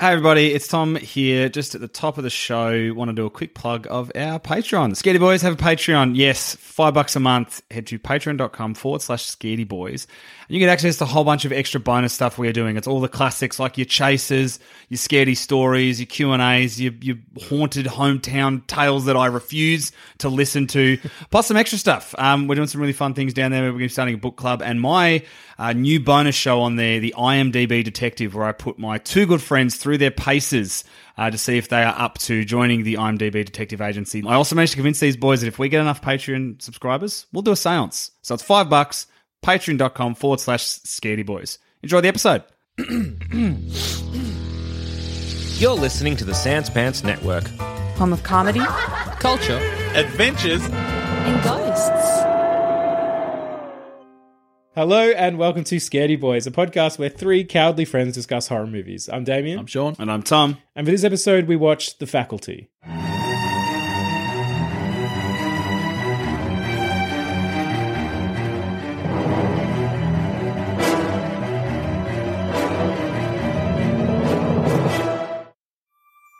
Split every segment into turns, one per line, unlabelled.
Hey everybody, it's Tom here. Just at the top of the show, want to do a quick plug of our Patreon. Scaredy Boys have a Patreon. Yes, five bucks a month. Head to patreon.com forward slash Scaredy Boys. And you get access to a whole bunch of extra bonus stuff we are doing. It's all the classics like your chases, your scaredy stories, your Q&As, your, your haunted hometown tales that I refuse to listen to, plus some extra stuff. Um, we're doing some really fun things down there. We're going to be starting a book club and my uh, new bonus show on there, the IMDb Detective, where I put my two good friends through their paces uh, to see if they are up to joining the IMDb Detective Agency. I also managed to convince these boys that if we get enough Patreon subscribers, we'll do a seance. So it's five bucks, patreon.com forward slash scaredy boys. Enjoy the episode.
You're listening to the Sans Pants Network.
Home of comedy
Culture. Adventures.
and ghosts.
Hello and welcome to Scaredy Boys, a podcast where three cowardly friends discuss horror movies. I'm Damien.
Sean.
And I'm Tom.
and for this episode, we watched The Faculty.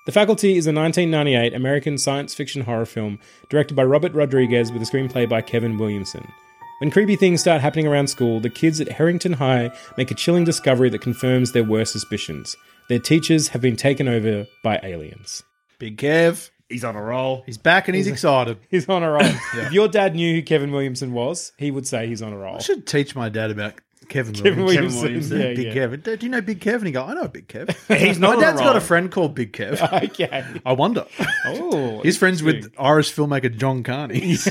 The Faculty is a 1998 American science fiction horror film directed by Robert Rodriguez with a screenplay by Kevin Williamson. When creepy things start happening around school, the kids at Harrington High make a chilling discovery that confirms their worst suspicions. Their teachers have been taken over by aliens.
Big Kev.
He's on a roll.
He's back and he's excited.
He's on a roll. If your dad knew who Kevin Williamson was, he would say he's on a roll.
I should teach my dad about Kevin,
Kevin
Williams.
Williamson.
Williamson.
Yeah,
Big
yeah.
Kev. Do you know Big Kev? And he go, I know Big Kev.
He's not
my dad's
on a roll.
got a friend called Big Kev.
Okay.
I wonder.
Oh,
He's friends with
interesting.
Irish filmmaker John Carney.
this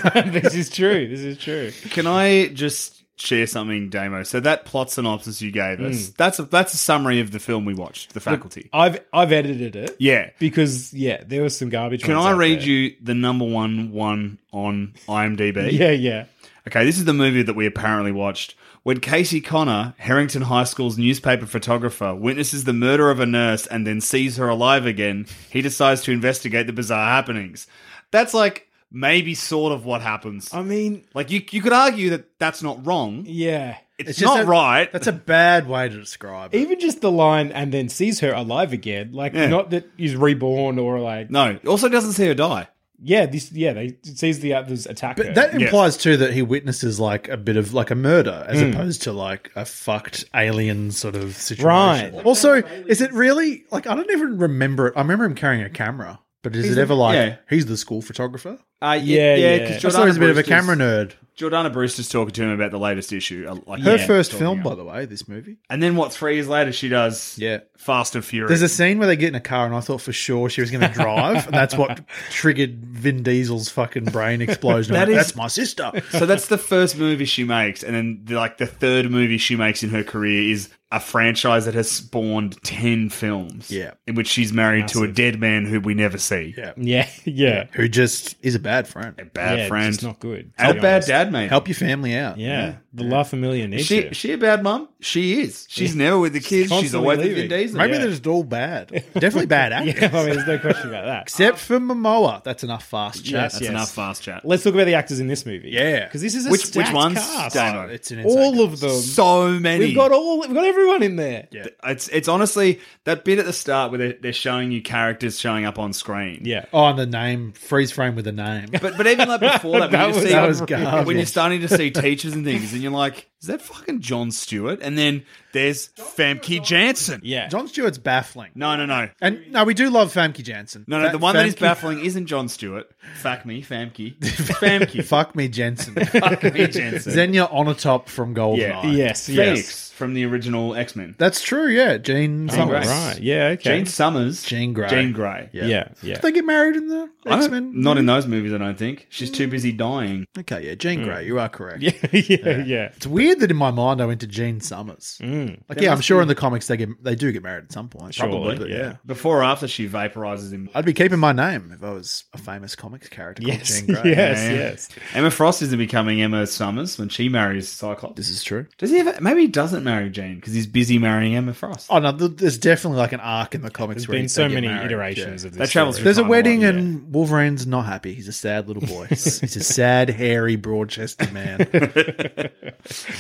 is true. This is true.
Can I just share something, Damo? So that plot synopsis you gave
Hmm.
us, that's a, that's a summary of the film we watched, The Faculty.
I've I've edited it.
yeah.
Because yeah, there was some garbage.
Can
ones
I
out
read
there.
you the number one one on IMDb?
Yeah, yeah.
Okay, this is the movie that we apparently watched. When Casey Connor, Harrington High School's newspaper photographer, witnesses the murder of a nurse and then sees her alive again, he decides to investigate the bizarre happenings. That's like maybe sort of what happens.
I mean,
like you, you could argue that that's not wrong.
yeah.
It's,
It's just
not
a-
right.
That's a bad way to describe it.
Even just the line and then sees her alive again, like
Yeah.
not that he's reborn or like
no. Also, doesn't see her die.
yeah, this yeah, they sees the others attack her.
But that
Yeah.
implies too that he witnesses like a bit of like a murder as
Hmm.
opposed to like a fucked alien sort of situation.
Right.
Also, is it really like I don't even remember it. I remember him carrying a camera, but is it ever like
yeah.
he's the school photographer?
Uh,
Yeah, yeah. I
I
Jordana
thought he was a bit of a camera nerd.
Jordana Brewster's talking to him about the latest issue. uh, Like
Her
yeah,
first
talking
film,
about-
by the way, this movie.
And then what? Three years later, she does
Yeah.
Fast and Furious.
There's a scene where they get in a car, and I thought for sure she was going to drive, and that's what triggered Vin Diesel's fucking brain explosion.
That
That is,
is-
that's my sister.
So that's the first movie she makes, and then the, like the third movie she makes in her career is a franchise that has spawned ten films.
Yeah.
in which she's married to a dead man who we never see.
Yeah.
yeah, yeah.
Who just is a bad friend.
a bad
yeah,
friend,
It's not good. to
and
be
a bad
honest.
dad, mate.
Help your family out.
Yeah, the La Familia
Is
needs
she
you.
she a bad mum? She is. She's never with the kids. She's
constantly
always with
leaving.
Vin Diesel.
Maybe
Yeah.
they're just all bad. Definitely bad actors.
yeah, I mean, there's no question about that.
Except for Momoa. That's enough fast chat.
that's enough fast chat.
Let's talk about the actors in this movie.
Yeah.
because this is a
Which- which
stacked
ones?
cast.
Damo.
Oh, It's an insane
All of
Um,
them.
So many.
we've got all. We've got everyone in there.
Yeah.
It's it's honestly that bit at the start where they're, they're showing you characters showing up on screen.
Yeah.
Oh, and the name freeze frame with the name.
But but even like before that, when,
That
you
was-
see,
that was
when you're
garbage.
starting to see teachers and things, and you're like, is that fucking John Stewart? And then there's Famke Janssen.
Yeah.
John Stewart's baffling.
No, no, no.
And no, we do love Famke Jansen.
No, no,
Fa-
the one that is
Famke-
baffling isn't John Stewart. Fuck me, Famke. Famke.
Fuck me, Jensen.
me, Jansen.
Xenia Onatop from Goldeneye.
Yeah.
Yes.
Phoenix
Yes.
from the original X Men.
That's true, yeah. Jane
Oh,
Summers.
right. Yeah. Okay.
Jane Summers.
Jean Grey.
Jane Grey.
Yeah.
Yeah. Yeah.
Did they get married in the
I don't-
X Men?
Not in those movies, I don't think. She's too busy dying.
Okay, yeah, Jane Grey. You are correct.
Yeah. Yeah. Yeah.
It's weird weird that in my mind I went to Gene Summers.
Mm.
Like, yeah, I'm sure in the comics they get they do get married at some point.
Surely,
but
yeah.
Before or after she vaporizes him.
I'd be keeping my name if I was a famous comics character. called
Yes,
Gene
yes,
Grey.
Yeah.
yes.
Emma Frost isn't becoming Emma Summers when she marries Cyclops.
This is true.
Does he ever? Maybe he doesn't marry Jean because he's busy marrying Emma Frost.
Oh no, th- there's definitely like an arc in the comics.
There's
where
been
they
so
get
many
married,
iterations
yeah.
of
That
this.
travels
series.
through
There's a
Final
wedding
one, yeah.
and Wolverine's not happy. He's a sad little boy. he's a sad, hairy, broad-chested man.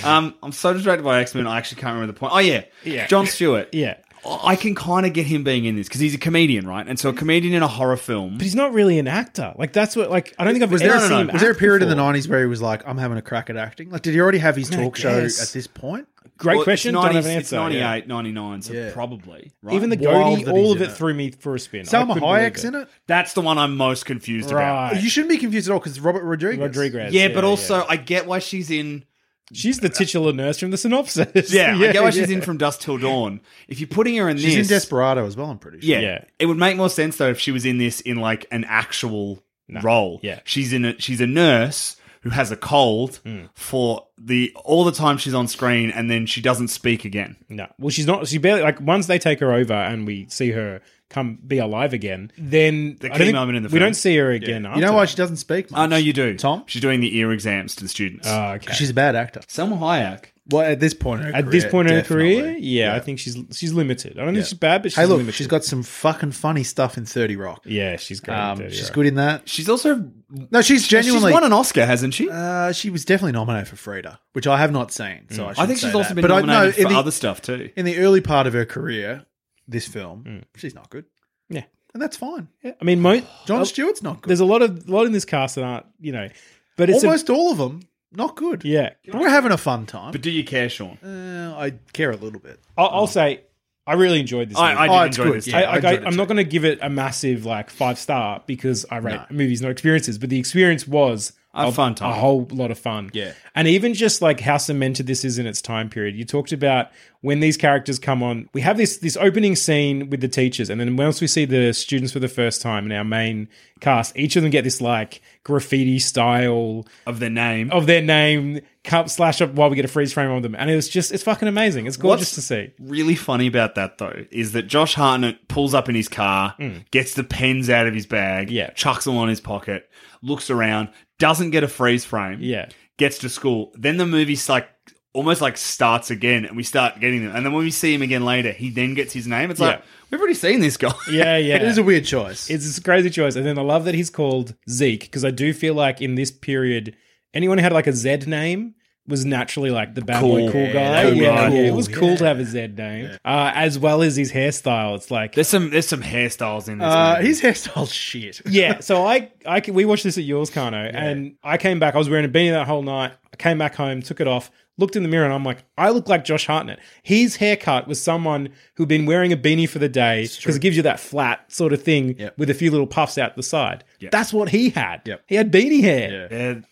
Um, I'm so distracted by X Men, I actually can't remember the point. Oh yeah,
Yeah.
John Stewart.
Yeah.
I can kind of get him being in this because he's a comedian, right? And so a comedian in a horror film.
But he's not really an actor. Like that's what. Like I don't think I've
Was there-
ever
no, no,
seen
no.
him.
Was there a
act
period in the
before.
'90s where he was like, "I'm having a crack at acting"? Like, did he already have his
mean, I
talk show
guess.
at this point?
Great
Well, it's
question. Don't have
90s
an
It's
answer. yeah.
98, 99, so
Yeah.
probably. Right?
Even the
Wild
goatee,
that
all
he's
of
in
it
it.
threw me for a spin. I
Selma
couldn't believe
Hayek's in it.
that's the one I'm most confused about.
Right.
You shouldn't be confused at all because Robert Rodriguez.
Rodriguez.
Yeah, but also I get why she's in.
she's the titular nurse from the synopsis.
Yeah, I get why she's in from Dust Till Dawn. If you're putting her in
She's
this,
in Desperado as well. I'm pretty sure.
Yeah.
Yeah.
It would make more sense though if she was in this in like an actual role.
Yeah.
She's in a she's a nurse who has a cold
Hmm.
for the all the time she's on screen and then she doesn't speak again.
No, well, she's not. She barely like once they take her over and we see her come be alive again. Then
The
I
key
don't think-
moment in the
we
film.
don't see her again.
You
After
know why
that.
she doesn't speak? Much?
Oh no, you do.
Tom?
She's doing the ear exams to the students.
Oh, okay.
She's a bad actor.
Selma Hayek.
Well, at this point, in her
At this
career,
point in her
definitely.
career, yeah, I think she's she's limited. I don't think she's bad, but she's
Hey, look,
limited.
she's got some fucking funny stuff in Thirty Rock.
yeah, she's great.
Um,
Dirty
she's
Rock.
good in that.
She's also
No, she's genuinely.
She's won an Oscar, hasn't she?
uh, she was definitely nominated for Frida, which I have not seen. So I,
I
shouldn't
think
say
she's also
that.
been
but I, no,
nominated
in
for
the,
other stuff too.
in the early part of her career, this film, she's not good,
Yeah,
and that's fine.
Yeah, I mean, mo-
John
oh,
Stewart's not good.
There's a lot of lot in this cast that aren't you know, but it's a-
Almost all of them not good.
yeah.
we're having a fun time.
But do you care, Sean?
uh, I care a little bit.
I'll, I'll say, I really enjoyed this. movie.
I, I did
Oh, it's
enjoy
good,
this.
yeah.
I,
too.
I,
I enjoyed it
I, am
too.
not going to give it a massive like five star because I rate
No.
movies not experiences, but the experience was
I had
a
fun time.
a whole lot of fun.
Yeah.
and even just like how cemented this is in its time period. You talked about when these characters come on. We have this this opening scene with the teachers, and then once we see the students for the first time in our main cast, each of them get this like graffiti style
Of the name.
of their name cup slash up while we get a freeze frame on them, and it was just it's fucking amazing. It's
What's
gorgeous to see.
Really funny about that though is that Josh Hartnett pulls up in his car, gets the pens out of his bag,
Hmm. Yeah.
chucks them on his pocket, looks around, doesn't get a freeze frame,
Yeah.
gets to school. Then the movie's like almost like starts again, and we start getting them. And then when we see him again later, he then gets his name. It's like
Yeah.
we've already seen this guy.
Yeah, yeah.
It is a weird choice.
It's this crazy choice. And then I love that he's called Zeke because I do feel like in this period, anyone who had like a Z name was naturally like the bad
Cool.
boy cool
Yeah,
guy.
cool
yeah,
guy.
yeah, it was
Cool,
cool to
yeah.
have a Z name, uh, as well as his hairstyle. It's like.
There's some there's some hairstyles in this.
uh,
movie.
his hairstyle's shit.
yeah, so I, I c- we watched this at yours, Kano, and I came back. I was wearing a beanie that whole night. I came back home, took it off, looked in the mirror, and I'm like, I look like Josh Hartnett. His haircut was someone who'd been wearing a beanie for the day because it gives you that flat sort of thing
Yep.
with a few little puffs out the side. That's what he had.
Yep.
He had beanie hair.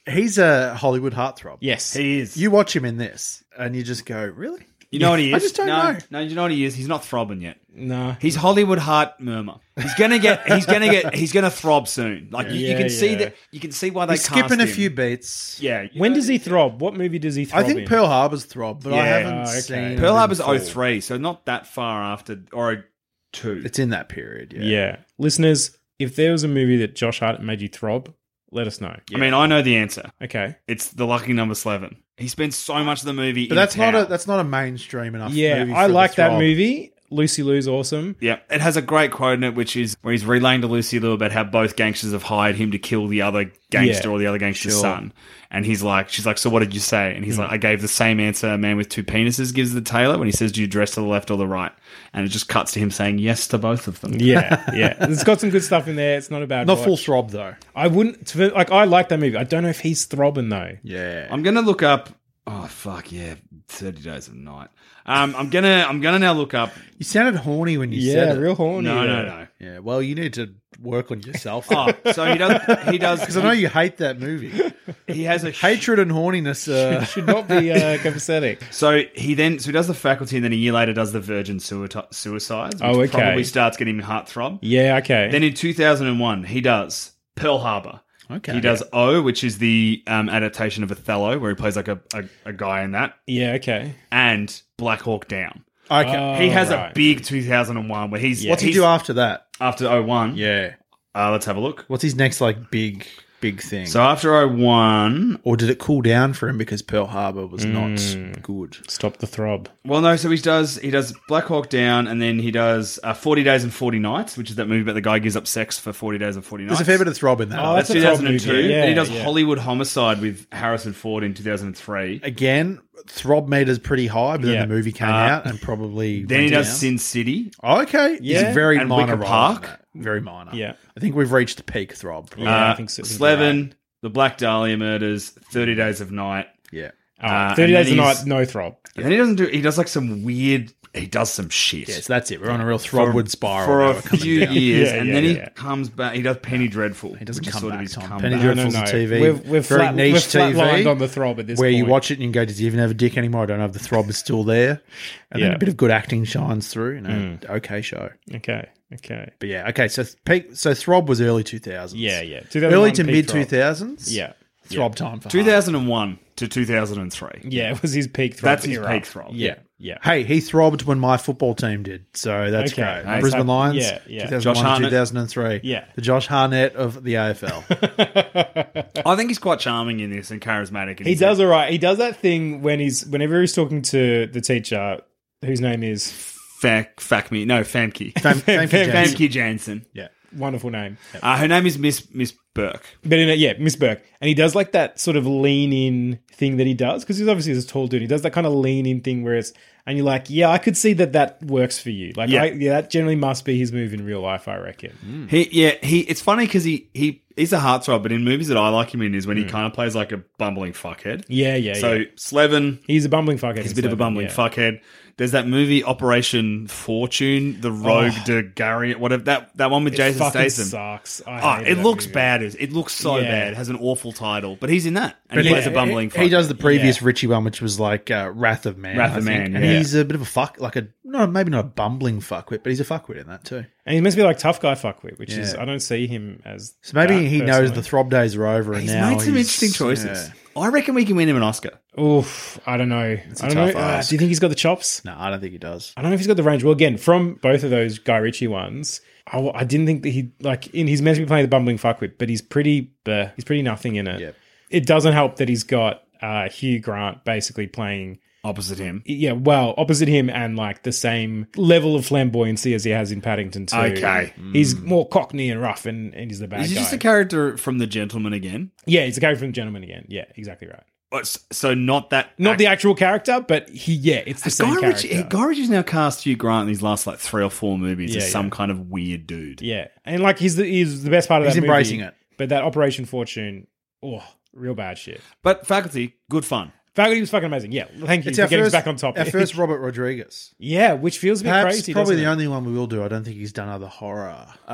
Yeah,
He's a Hollywood heartthrob.
Yes.
he is.
You watch him in this, and you just go, "Really?
You know what he is?
I just don't
no,
know.
No, you know what he is? He's not throbbing yet.
no.
He's Hollywood heart murmur. He's gonna get. He's gonna get. He's gonna throb soon. Like you, you
Yeah,
can see
yeah.
that. You can see why they
He's skipping
cast
a
him.
few beats."
Yeah.
when does he throb? What movie does he
I
throb?
think
in?
Pearl Harbor's throb, but I
Yeah.
haven't
Oh, okay.
seen
Pearl
it
Harbor's
before.
03, so not that far after or oh two.
It's in that period. Yeah.
Yeah. Listeners, if there was a movie that Josh Hartnett made you throb, let us know.
I mean, I know the answer.
Okay.
It's the lucky number eleven. He spends so much of the movie.
But
in
that's not
town.
a that's not a mainstream enough.
Yeah,
movie
I
for
like
the
that
throb.
movie. Lucy Lou's awesome.
Yeah, it has a great quote in it, which is where he's relaying to Lucy Liu about how both gangsters have hired him to kill the other gangster
Yeah,
or the other gangster's
sure. Hmm.
son. And he's like, she's like, so what did you say? And he's like, I gave the same answer a man with two penises gives the tailor when he says, do you dress to the left or the right? And it just cuts to him saying yes to both of them.
Yeah, yeah. It's got some good stuff in there. It's not a bad.
Not
watch.
full throb though.
I wouldn't to- like. I like that movie. I don't know if he's throbbing though.
Yeah.
I'm gonna look up. Oh fuck yeah, thirty days of night. Um, I'm gonna I'm gonna now look up.
you sounded horny when you
Yeah,
said it.
real horny.
No, no,
there.
no.
Yeah. Well, you need to work on yourself.
Oh, so he does. He does
Because I know you hate that movie.
He has a
Hatred and horniness. Uh,
Should not be uh, copacetic.
So he then so he does the faculty, and then a year later does the Virgin suiti- Suicides, which
Oh, okay.
probably starts getting him heartthrob.
Yeah. Okay.
Then in 2001, he does Pearl Harbor,
Okay.
He does O, which is the um, adaptation of Othello, where he plays like a, a, a guy in that,
Yeah, okay.
and Black Hawk Down.
Okay.
Oh,
he has
right.
a big 2001 where he's
What's he
he's-
do after that?
after 01.
Yeah.
Uh, let's have a look.
What's his next like big big thing?
So after 01,
or did it cool down for him because Pearl Harbor was
Hmm.
not good?
Stop the throb.
well, no, so he does he does Black Hawk Down, and then he does uh, 40 Days and 40 Nights, which is that movie about the guy gives up sex for 40 days and 40 nights.
There's a fair bit of throb in that.
Oh,
That's
That's a Throb movie,
2002.
yeah,
and he does
yeah.
Hollywood Homicide with Harrison Ford in 2003.
Again, throb meter's pretty high, but
Yeah.
then the movie came out and probably
Then he
went
Uh, does
down.
Sin City.
Oh, okay,
Yeah.
he's very
And
minor.
Wicker
role in
Park.
that. very minor.
Yeah.
I think we've reached peak throb. probably.
Yeah, I
uh,
think so.
Slevin, The Black Dahlia Murders, 30 Days of Night.
yeah.
Oh,
Uh,
30
and
days a
then
night,
he's-
no throb.
And then he doesn't do, he does like some weird, he does some shit.
Yeah, so that's it. We're on a real throbwood spiral
for
now.
a
We're coming
few
down.
years,
Yeah,
and
yeah,
then he
yeah.
comes back. He does Penny Dreadful.
It doesn't
which is
come
sort
back,
of his
Tom.
comeback.
Penny
No,
Dreadful-
no,
Dreadful's
no.
a TV.
We're, we're
Very
flat,
niche
we're
TV,
flatlined on the throb at this
where
point.
you watch it and you go, "Does he even have a dick anymore?" I don't know if the throb is still there, and then
Yeah.
a bit of good acting shines through. You know,
Hmm.
okay show,
Okay, okay.
but yeah, okay. So th- peak, so throb was early two thousands.
Yeah, yeah. 2001
early to
peak
mid
throb.
two thousands.
Yeah.
throb time for Harvey.
2001 to 2003.
Yeah, it was his peak throb.
That's his
era.
peak throb.
Yeah, yeah.
Hey, he throbbed when my football team did, so that's
Okay.
great.
Nice.
Brisbane
That-
Lions,
yeah, yeah.
Josh
2001
Hartnett.
2003.
Yeah.
The Josh Harnett of the AFL.
I think he's quite charming in this and charismatic. And
He does all right. He does that thing when he's whenever he's talking to the teacher, whose name is
Fack, fack me. No, Famke.
Fam- Famke Jansen.
Famke Jansen.
yeah.
wonderful name,
Uh, her name is Miss Miss Burke.
but in it, yeah, Miss Burke, and he does like that sort of lean in thing that he does because he's obviously this tall dude. He does that kind of lean in thing where it's and you're like, yeah, I could see that that works for you. Like,
Yeah. Mm.
I, yeah, that generally must be his move in real life, I reckon.
He yeah he. It's funny because he he he's a heartthrob, but in movies that I like him in is when he kind of plays like a bumbling fuckhead.
Yeah, yeah.
So
yeah.
Slevin,
he's a bumbling fuckhead.
He's a bit of a bumbling fuckhead. There's that movie Operation Fortune, the Rogue de Gary, whatever that that one with
Jason
Jason
fucking
Statham.
sucks. I
Ah,
hated
it
that
looks
movie.
bad. It it looks so
Yeah.
bad. It has an awful title, but he's in that and
But
he plays
yeah,
a bumbling.
He, he does
fuckhead.
the previous
Yeah.
Richie one, which was like uh, Wrath of Man.
Wrath
I
of
think.
Man,
And
yeah.
he's a bit of a fuck, like a no, maybe not a bumbling fuckwit, but he's a fuckwit in that too.
And he's meant to be like tough guy fuckwit, which is
Yeah.
I don't see him as.
So maybe
that
he knows the
personally.
throb days are over, and
He's
now
made some
he's-
interesting choices.
yeah.
I reckon we can win him an Oscar.
Oof, I don't know. I don't
tough
know. Uh,
ask.
do you think he's got the chops?
No, I don't think he does.
I don't know if he's got the range. Well, again, from both of those Guy Ritchie ones, I, w- I didn't think that he like in. He's meant to be playing the bumbling fuckwit, but he's pretty. bleh. he's pretty nothing in it.
Yep.
It doesn't help that he's got uh, Hugh Grant basically playing.
Opposite him.
Yeah, well, opposite him and like the same level of flamboyancy as he has in Paddington Two.
Okay.
he's more cockney and rough, and, and he's the bad
He's
guy.
just a character from The Gentleman again.
yeah, he's the character from Gentleman again. Yeah, exactly right.
Oh, s- So not that.
Not the actual character, but he. Yeah, it's the same
Guy
character.
Ritchie, Guy Ritchie's now cast Hugh Grant in these last like three or four movies
Yeah,
as
yeah.
some kind of weird dude.
Yeah, and like he's the, he's the best part of
He's
that movie,
embracing it.
But that Operation Fortune, oh, real bad shit.
But faculty, good fun.
Faculty was fucking amazing. Yeah, thank you
It's
for
our
getting us
first,
back on topic.
our first Robert Rodriguez.
yeah, which feels a bit
Perhaps
crazy.
probably
doesn't
the
it?
only one we will do. I don't think he's done other horror.
Uh,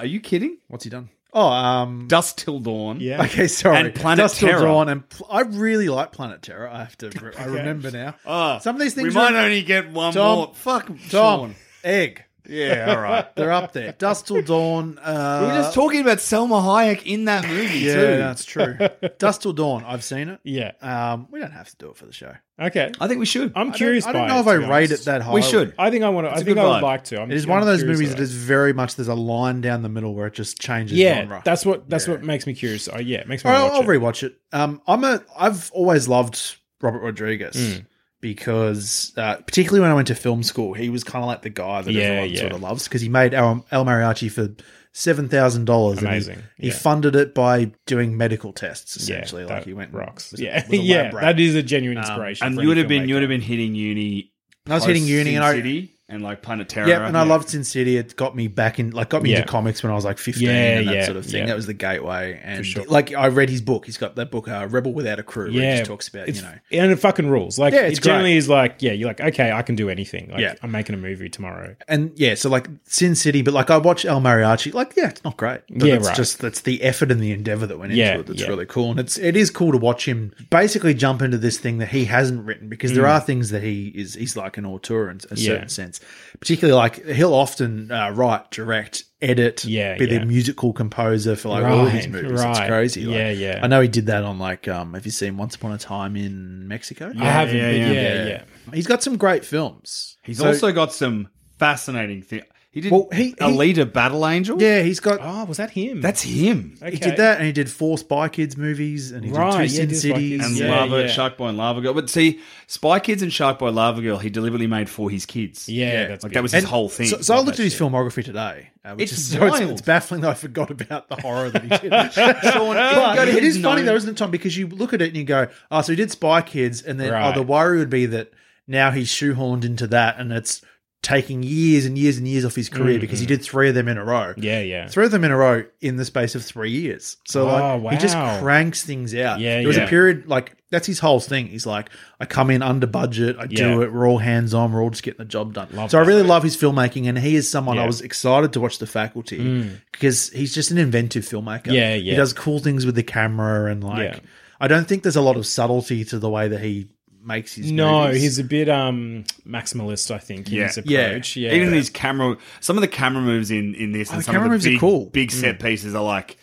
are you kidding?
What's he done? Oh, um,
Dust Till Dawn.
Yeah.
okay, sorry.
And Planet
Dust Till
Terror.
Dawn and pl- I really like Planet Terror. I have to. Re- I remember now.
Ah,
Some of these
We
things
might
are-
only get one
Tom.
more. Fuck,
Tom
Sean.
Egg.
Yeah, all right.
They're up there. Dust Till Dawn. Uh,
we were just talking about Selma Hayek in that movie
Yeah,
too.
that's true. Dust Till Dawn. I've seen it.
Yeah.
Um, we don't have to do it for the show.
Okay.
I think we should.
I'm
I
curious.
don't, I
by
don't know
it,
if
to
I
be
rate it
honest.
that high.
we should.
I think I want to. I
a
think
good
I
vibe.
would like to. I'm,
It is
I'm
one of those
curious
movies that
about
is very much there's a line down the middle where it just changes
Yeah,
genre.
that's what. That's what makes me curious. Uh, yeah, it makes me.
All right,
wanna
I'll
watch it.
rewatch it. Um, I'm a. I've always loved Robert Rodriguez
Hmm.
because, uh, particularly when I went to film school, he was kind of like the guy that
Yeah,
everyone
yeah.
sort of loves because he made El, El Mariachi for seven thousand dollars.
Amazing,
He,
yeah.
funded it by doing medical tests
Yeah,
essentially. like
that
he went and
rocks.
was a-
Yeah,
was a Um, lab
yeah.
rat.
That is a genuine inspiration.
and
for
you
any
would have been you
filmmaker.
would have been hitting uni.
I was hitting
post
uni
Sin
and I-
City and like Planet Terror.
Yeah, and I loved Sin City. It got me back in, like, got me
Yeah.
into comics when I was like fifteen
Yeah,
and that
yeah,
sort of thing.
yeah.
That was the gateway. And
sure.
like, I read his book. He's got that book, uh, "Rebel Without a Crew," where he just talks about,
it's-
you know,
and it fucking rules. Like,
Yeah,
it
it's great.
generally is like, yeah, you're like, okay, I can do anything. Like,
Yeah.
I'm making a movie tomorrow.
and yeah, so like Sin City, but like I watch El Mariachi, like yeah, it's not great, but
Yeah,
it's
right.
just that's the effort and the endeavor that went
Yeah,
into it that's
yeah.
really cool, and it's it is cool to watch him basically jump into this thing that he hasn't written because there are things that he is he's like an auteur in a
Mm. Yeah.
certain sense, aspects. Particularly, like he'll often uh, write, direct, edit,
Yeah,
be
yeah.
the musical composer for like all these
Right,
movies. It's
right.
crazy. Like,
Yeah, yeah.
I know he did that on like, um, have you seen Once Upon a Time in Mexico?
I haven't.
yeah,
but
yeah.
Yeah, yeah.
He's got some great films.
He's
So-
also got some fascinating thing. He did
Well, he-
a
he-
leader battle angel.
yeah, he's got.
Oh, was that him?
that's him.
okay.
He did that, and he did four Spy Kids movies, and he
Right, yeah,
did
he
Two Sin
did Spy
Cities.
Kids.
And
Yeah,
Lava
yeah.
Shark Boy and Lava Girl. But see, Spy Kids and Shark Boy Lava Girl, he deliberately made for his kids.
Yeah, that's
like
big.
that was his whole thing.
So, so I looked at his filmography today, uh, which
It's
is so it's,
wild.
it's baffling that I forgot about the horror that he did. But
go to
it
his
is funny
known-
though, isn't it, Tom? Because you look at it and you go, "Oh, so he did Spy Kids," and then
Right.
oh, the worry would be that now he's shoehorned into that, and it's taking years and years and years off his career because he did three of them in a row.
Mm, Yeah, yeah.
Three of them in a row in the space of three years. So like
Oh,
he just
wow.
cranks things out.
Yeah,
there was
yeah.
a period like that's his whole thing. He's like, I come in under budget, I
Yeah.
do it. We're all hands on. We're all just getting the job done.
Love
so I
that.
really love his filmmaking, and he is someone
Yeah. Mm.
I was excited to watch The Faculty because he's just an inventive filmmaker.
Yeah, yeah.
He does cool things with the camera and like
Yeah.
I don't think there's a lot of subtlety to the way that he makes his.
No,
movies.
he's a bit um maximalist, I think, in
Yeah.
his
Yeah.
approach. Yeah.
Even his camera, some of the camera moves in in this, and
Oh, the
some
camera
of
moves
the
are
big,
cool.
big set pieces are like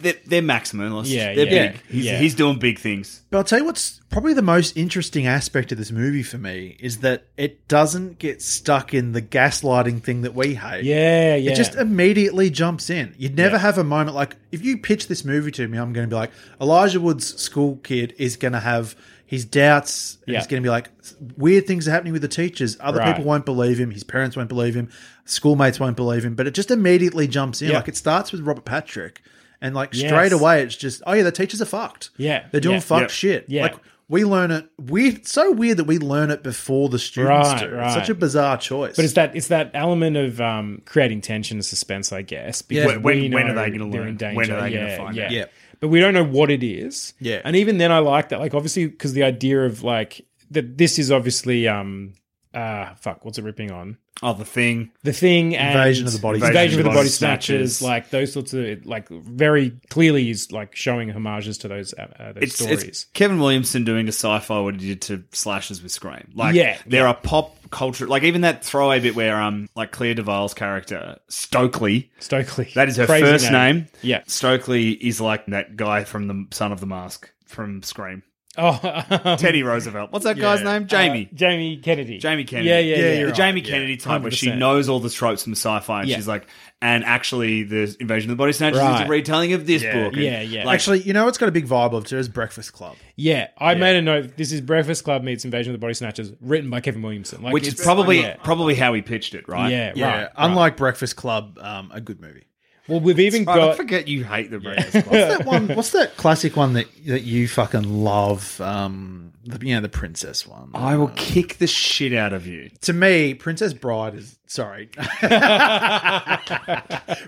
they're, they're maximalist.
Mm. Yeah,
they're
yeah.
big. He's,
Yeah.
he's doing big things.
But I'll tell you what's probably the most interesting aspect of this movie for me is that it doesn't get stuck in the gaslighting thing that we hate.
Yeah, yeah.
It just immediately jumps in. You'd never have a moment like if you pitch this movie to me, I'm going to be like Elijah Wood's school kid is going to have his doubts. and
Yeah.
He's going to be like weird things are happening with the teachers. Other
Right.
people won't believe him. His parents won't believe him. Schoolmates won't believe him. But it just immediately jumps in.
Yeah.
Like it starts with Robert Patrick, and like
Yes.
straight away it's just oh yeah, the teachers are fucked.
Yeah.
they're doing
Yeah.
fucked
Yep.
shit.
Yeah.
Like we learn it. Weird. It's so weird that we learn it before the students
Right,
do. It's
right.
such a bizarre choice.
But it's that it's that element of um, creating tension and suspense, I guess. Because
Yeah.
When-
we
when
know
are they gonna
they're
learn?
in danger.
When are they
yeah,
gonna find
yeah.
out?
Yeah.
But we don't know what it is.
Yeah.
And even then, I like that. Like obviously, because the idea of like that this is obviously um uh fuck what's it ripping on
Oh, the thing.
the thing and
Invasion of the Body
invasion,
Snatchers.
of the body
Body
snatchers,
Snatchers.
like those sorts of like very clearly is like showing homages to those uh, uh, those
It's,
stories.
it's Kevin Williamson doing to sci-fi what he did to slashes with Scream. Like,
Yeah,
there are pop culture, like even that throwaway bit where um, like Claire Duvall's character Stokely,
Stokely.
That is her
Crazy
first name.
Yeah.
Stokely is like that guy from the Son of the Mask from Scream.
Oh, um,
Teddy Roosevelt. What's that guy's name? Jamie.
uh, Jamie Kennedy.
Jamie Kennedy.
Yeah, yeah, yeah.
the
right.
Jamie
Yeah.
Kennedy type where she
100%.
knows all the tropes from sci-fi and
Yeah.
she's like, and actually the Invasion of the Body Snatchers is
Right.
a retelling of this book. And,
Yeah, yeah.
Like,
Actually, you know what's got a big vibe of too is Breakfast Club.
Yeah, I made a note. This is Breakfast Club meets Invasion of the Body Snatchers, written by Kevin Williamson. Like,
which is
it's-
probably
yeah,
probably how he pitched it, right?
yeah,
Yeah,
right.
unlike Breakfast Club, um, a good movie.
Well, we've even
Fuck, I
got
forget you hate the Breakfast Club.
What's that one? What's that classic one that that you fucking love? Um, the, you know, the princess one.
I will kick the shit out of you.
to me, Princess Bride is sorry.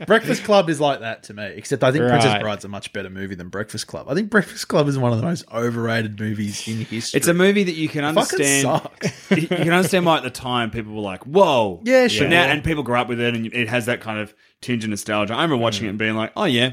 Breakfast Club is like that to me, except I think Princess
Right.
Bride's a much better movie than Breakfast Club. I think Breakfast Club is one of the most overrated movies in history.
It's a movie that you can
fucking
understand.
sucks.
you can understand why at the time people were like, "Whoa,
Yeah,
But
sure.
now, and people grew up with it, and it has that kind of tinge of nostalgia. I remember watching it and being like, "Oh yeah,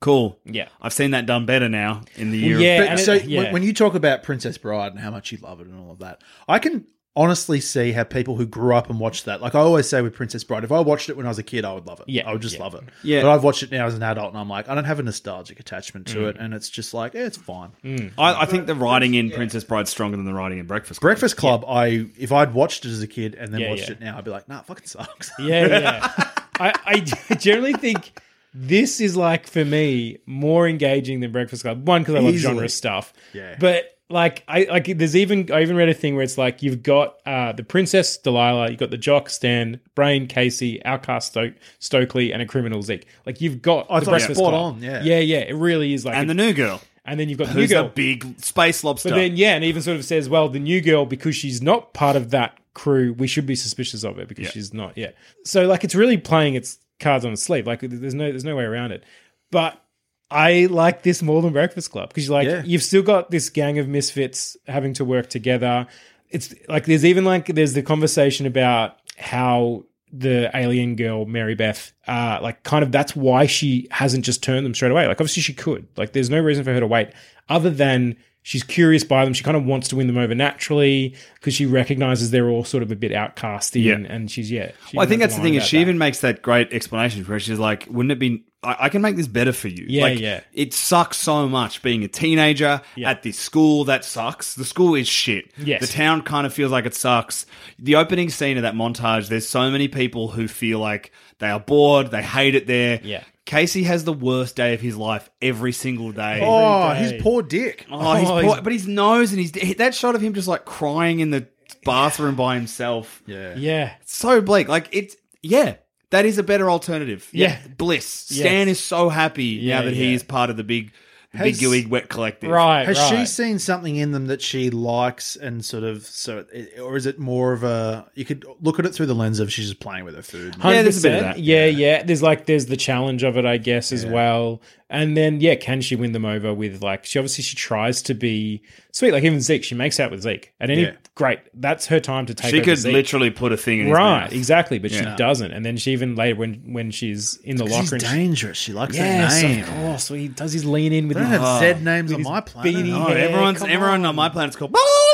cool,
Yeah.
I've seen that done better now in the year." of-
yeah.
But
and it-
so
yeah.
when, when you talk about Princess Bride and how much you love it and all of that, I can honestly see how people who grew up and watched that, like I always say with Princess Bride, if I watched it when I was a kid, I would love it.
Yeah,
I would just
yeah.
love it.
Yeah.
But I've watched it now as an adult, and I'm like, I don't have a nostalgic attachment to
Mm.
it, and it's just like, eh, it's fine.
I, I think the writing in Princess Bride's stronger than the writing in Breakfast. Club.
Breakfast Club, I if I'd watched it as a kid and then
Yeah,
watched
yeah.
it now, I'd be like, nah, it fucking sucks.
yeah, yeah. I, I generally think this is like for me more engaging than Breakfast Club. One because I love
Easily.
genre stuff.
Yeah.
But like I like there's even I even read a thing where it's like you've got uh, the princess Delilah, you've got the jock Stan, Brain Casey, outcast Sto- Stokely, and a criminal Zeke. Like you've got
Oh, it's
the
like
Breakfast
spot
Club.
on, yeah.
yeah, yeah. It really is like,
and the new girl,
and then you've got the new
who's
girl.
a big space lobster.
But then, yeah, and even sort of says, well, the new girl, because she's not part of that crew, we should be suspicious of her because she's not. Yeah. So, like, it's really playing its cards on its sleeve. Like, there's no, there's no way around it. But I like this more than Breakfast Club because, like,
Yeah.
you've still got this gang of misfits having to work together. It's like there's even like there's the conversation about how the alien girl Mary Beth, uh, like kind of that's why she hasn't just turned them straight away. Like obviously she could. Like there's no reason for her to wait, other than she's curious by them. She kind of wants to win them over naturally because she recognizes they're all sort of a bit outcasty.
Yeah.
And, and she's yeah. she
Well, I think
has
that's
a
the
line
thing is
about
she
that.
even makes that great explanation where she's like, "Wouldn't it be? I, I can make this better for you.
Yeah,
like,
yeah.
It sucks so much being a teenager
Yeah.
at this school that sucks. The school is shit.
Yes.
the town kind of feels like it sucks. The opening scene of that montage, there's so many people who feel like they are bored. They hate it there.
Yeah.
Casey has the worst day of his life every single day.
Oh,
Every day.
his poor dick.
Oh, he's
Oh,
poor-
he's-
but his nose and his that shot of him just like crying in the bathroom by himself.
Yeah.
Yeah.
so bleak. Like it's yeah, that is a better alternative.
Yeah.
bliss. Stan is so happy now that he
yeah.
is part of the big, the big
Has-
gooey wet collective.
Right.
Has
right.
she seen something in them that she likes and sort of so, it, or is it more of a you could look at it through the lens of she's just playing with her food?
Yeah, there's a bit of
100%.
that.
Yeah, yeah. There's like there's the challenge of it, I guess, as well. And then yeah, can she win them over with like she obviously she tries to be sweet. Like even Zeke, she makes out with Zeke. At any
Yeah.
great, that's her time to take.
She
over
could
Zeke.
literally put a thing in his
right,
mouth.
exactly, but
Yeah.
she doesn't. And then she even later when when she's in the
She's
locker and she,
dangerous. She likes
yes,
her name.
of course. So he does his lean in with
I don't
his-
have Z names on
his
my planet.
beady
Oh,
Yeah,
everyone's
come
everyone on.
on.
my planet's called. oh,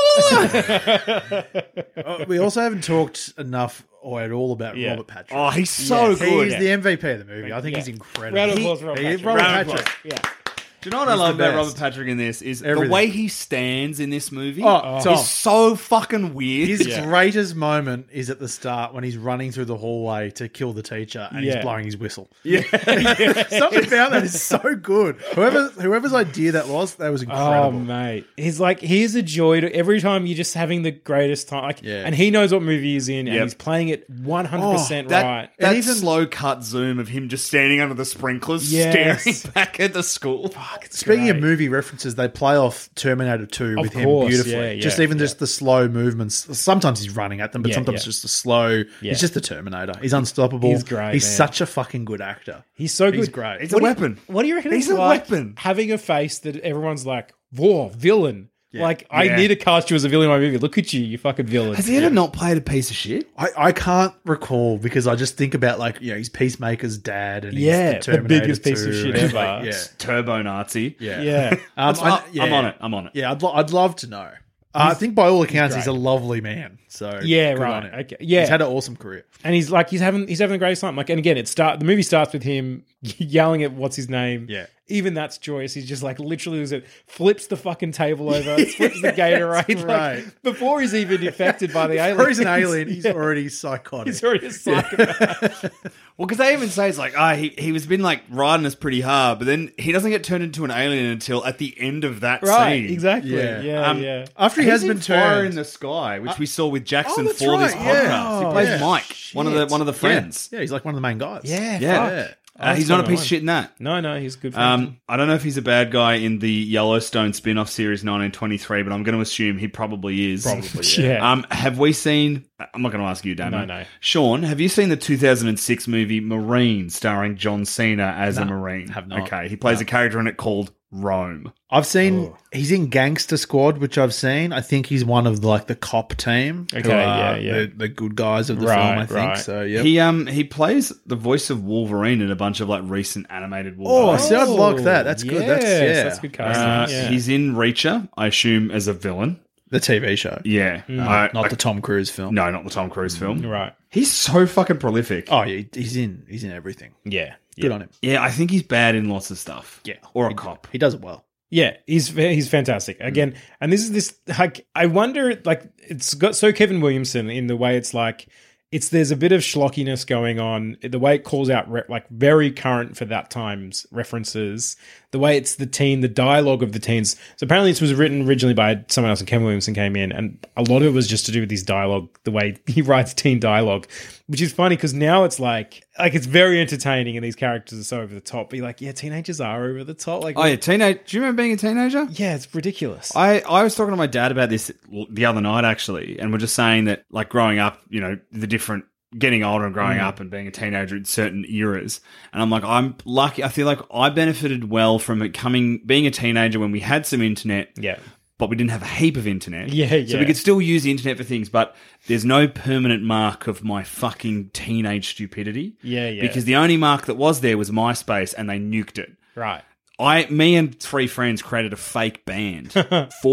Uh, we also haven't talked enough or at all about
Yeah. Oh,
Robert Patrick.
Oh, he's so
Yes.
good.
he's
yeah.
the MVP of the movie. I think he's incredible.
Round of
He-
applause for Robert
he-
Patrick.
Robert
Round of
Patrick.
Yeah.
Do you know what I love
the
about
best.
Robert Patrick in this is
Everything.
the way he stands in this movie
Oh, Tom.
is so fucking weird.
His greatest moment is at the start when he's running through the hallway to kill the teacher and
Yeah.
he's blowing his whistle. Yeah. Something about that is so good. Whoever whoever's idea that was, that was
Oh
incredible.
mate, he's like he's a joy to every time you're just having the greatest time. Like,
Yeah.
and he knows what movie he's in, and
Yep. Oh,
he's playing it 100 percent
That,
right.
that
And even-
slow cut zoom of him just standing under the sprinklers,
Yes.
staring back at the school.
Speaking of
great.
movie references, they play off Terminator 2 with
course,
him beautifully.
yeah, yeah,
just even
yeah.
just the slow movements. Sometimes he's running at them, but
Yeah,
sometimes
yeah.
just the slow.
Yeah.
He's just the Terminator. He's unstoppable.
He's great,
He's
man.
such a fucking good actor.
He's so good.
He's great.
It's
What
a
do you-
weapon.
what do you reckon?
He's
it's
a
like
weapon.
Having a face that everyone's like, "Whoa, villain!" Like, I
Yeah.
need to cast you as a villain in my movie. Look at you, you fucking villain.
Has he ever not played a piece of shit?
I, I can't recall because I just think about like you know he's Peacemaker's dad and
Yeah, the
he's the, Terminator
biggest piece of
2,
shit
and,
ever.
like, yeah,
Turbo Nazi.
yeah,
yeah.
Um,
I,
I, yeah.
am on it. Uh, I'm on it.
Yeah, I'd, lo- I'd love to know. Uh, I think by all accounts he's, a lovely man. So
Yeah,
good
right.
on him.
Okay. Yeah.
he's had an awesome career.
and he's like he's having he's having the greatest time. Like, and again, it start the movie starts with him yelling at what's his name.
Yeah.
even that's joyous. He's just like literally loses it, flips the fucking table over, flips the Gatorade.
right.
Like before he's even affected by the alien.
Or he's an alien. He's
yeah.
already psychotic.
He's already a psychopath.
Well, because they even say it's like, ah, he, he was been like riding us pretty hard, but then he doesn't get turned into an alien until at the end of that
Right,
scene.
exactly. Yeah,
Yeah.
yeah.
Um,
After he
He's
has
in
been
Fire
turned.
in the Sky, which we saw with Jackson
oh, that's
for this
right,
podcast.
yeah.
He
Oh,
plays
yeah.
Mike, one of the
Shit.
one of the friends.
Yeah, he's like one of the main guys.
Yeah,
Yeah.
fuck.
Uh, he's not a piece of shit in that.
No, no, he's good. For
Um, I don't know if he's a bad guy in the Yellowstone spin-off series 1923, but I'm going to assume he probably is. Probably.
yeah.
Um, have we seen? I'm not going to ask you, Damo.
No, no.
Sean, have you seen the 2006 movie Marine, starring John Cena as a Marine?
have not.
Okay, he plays a character in it called Rome.
I've seen
Oh.
he's in Gangster Squad, which I've seen. I think he's one of the, like the cop team. who
Okay, yeah,
are
yeah.
The, the good guys of the
Right,
film, I think.
right.
So yeah.
He um he plays the voice of Wolverine in a bunch of like recent animated
oh,
Wolverine.
see, I'd like that. That's good. That's
Yes,
yeah.
That's good casting.
Uh,
yeah.
He's in Reacher, I assume, as a villain.
The TV show,
Yeah, I-
not
I-
the Tom Cruise film.
no, not the Tom Cruise film.
Hmm. right.
He's so fucking prolific.
Oh yeah, he's in. He's in everything.
Yeah.
Good on him.
Yeah, I think he's bad in lots of stuff.
Yeah.
Or a cop.
He does it well.
Yeah, he's he's fantastic again. And this is this like I wonder like it's got so Kevin Williamson in the way it's like it's there's a bit of schlockiness going on the way it calls out re- like very current for that times references the way it's the teen the dialogue of the teens so apparently this was written originally by someone else and Kevin Williamson came in and a lot of it was just to do with his dialogue the way he writes teen dialogue which is funny because now it's like like it's very entertaining and these characters are so over the top but you're like yeah teenagers are over the top like
Oh, yeah, teenage. Do you remember being a teenager?
yeah, it's ridiculous.
I, I was talking to my dad about this l- the other night, actually, and we're just saying that, like, growing up, you know, the different getting older and growing up and being a teenager in certain eras. And I'm like, I'm lucky. I feel like I benefited well from it coming, being a teenager when we had some internet.
yeah.
but we didn't have a heap of internet.
Yeah,
So
yeah.
we could still use the internet for things, but there's no permanent mark of my fucking teenage stupidity.
Yeah, yeah.
Because the only mark that was there was MySpace and they nuked it.
Right.
I, me and three friends created a fake band for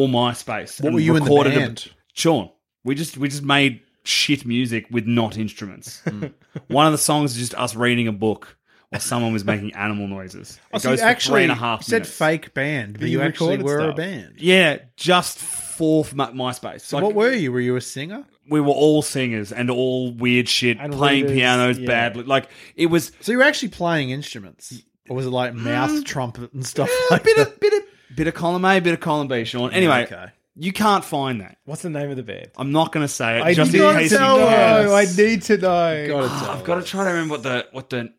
MySpace.
What
and
were you in the
recorded a-
band?
Sean, we just we just made shit music with not instruments.
Hmm.
One of the songs is just us reading a book while someone was making animal noises. It
Oh, so you
goes for three and a half
you said
minutes.
fake band, but
you
you, actually
recorded
were a
stuff.
band.
Yeah, just for my, MySpace.
So
Like,
what were you? Were you a singer?
we were all singers and all weird shit,
And
playing
readers,
pianos
yeah.
badly. Like it was
So you were actually playing instruments, or was it
Uh,
like mouth trumpet and stuff
a
like
bit
that?
of bit of bit of column A, bit of column B, Sean. Anyway,
okay.
you can't find that.
What's the name of the band?
I'm not going to say it.
I
just
do
in
not
case
know.
you guess.
I need to know.
I've got to try to remember what the what the.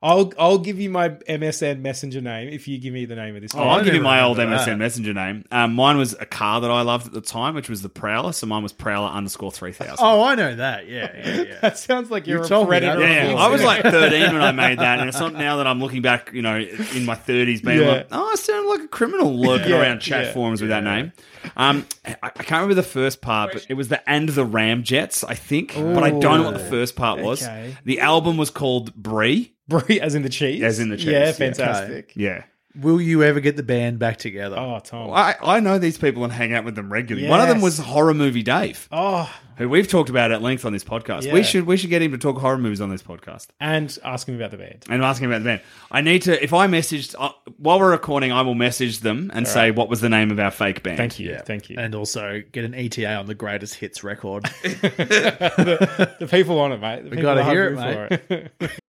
I'll I'll give you my MSN Messenger name if you give me the name of this.
Oh,
band.
I'll give you
never
my old
remember
MSN
that.
Messenger name. Um, mine was a car that I loved at the time, which was the Prowler. So mine was Prowler underscore three thousand.
Oh, I know that. Yeah, yeah, yeah.
That sounds like
You
you're a
told me
predator.
that.
of
Yeah,
all
I was
sex.
like 13 when I made that, and it's not now that I'm looking back, you know, in my 30s, being
Yeah.
like, oh, I sound like a criminal lurking
Yeah,
around chat
yeah,
forums with that name. Um, I, I can't remember the first part, but it was the and the Ram Jets, I think, but I don't know what the first part was.
Okay.
The album was called Brie.
Brie, as in the cheese,
As in the cheese,
Yeah,
yeah.
fantastic.
Yeah.
Will you ever get the band back together?
Oh, Tom.
I, I know these people and hang out with them regularly. One of them
Yes.
was Horror Movie Dave,
oh,
who we've talked about at length on this podcast.
Yeah.
We should we should get him to talk horror movies on this podcast.
and ask him about the band.
And I'm asking about the band. I need to, if I messaged, uh, while we're recording, I will message them and say, what was the name of our fake band?
Thank you, thank you.
And also get an ETA on the greatest hits record.
the, the people want it, mate. The people
gotta
are
hear it,
hungry
mate.
for it.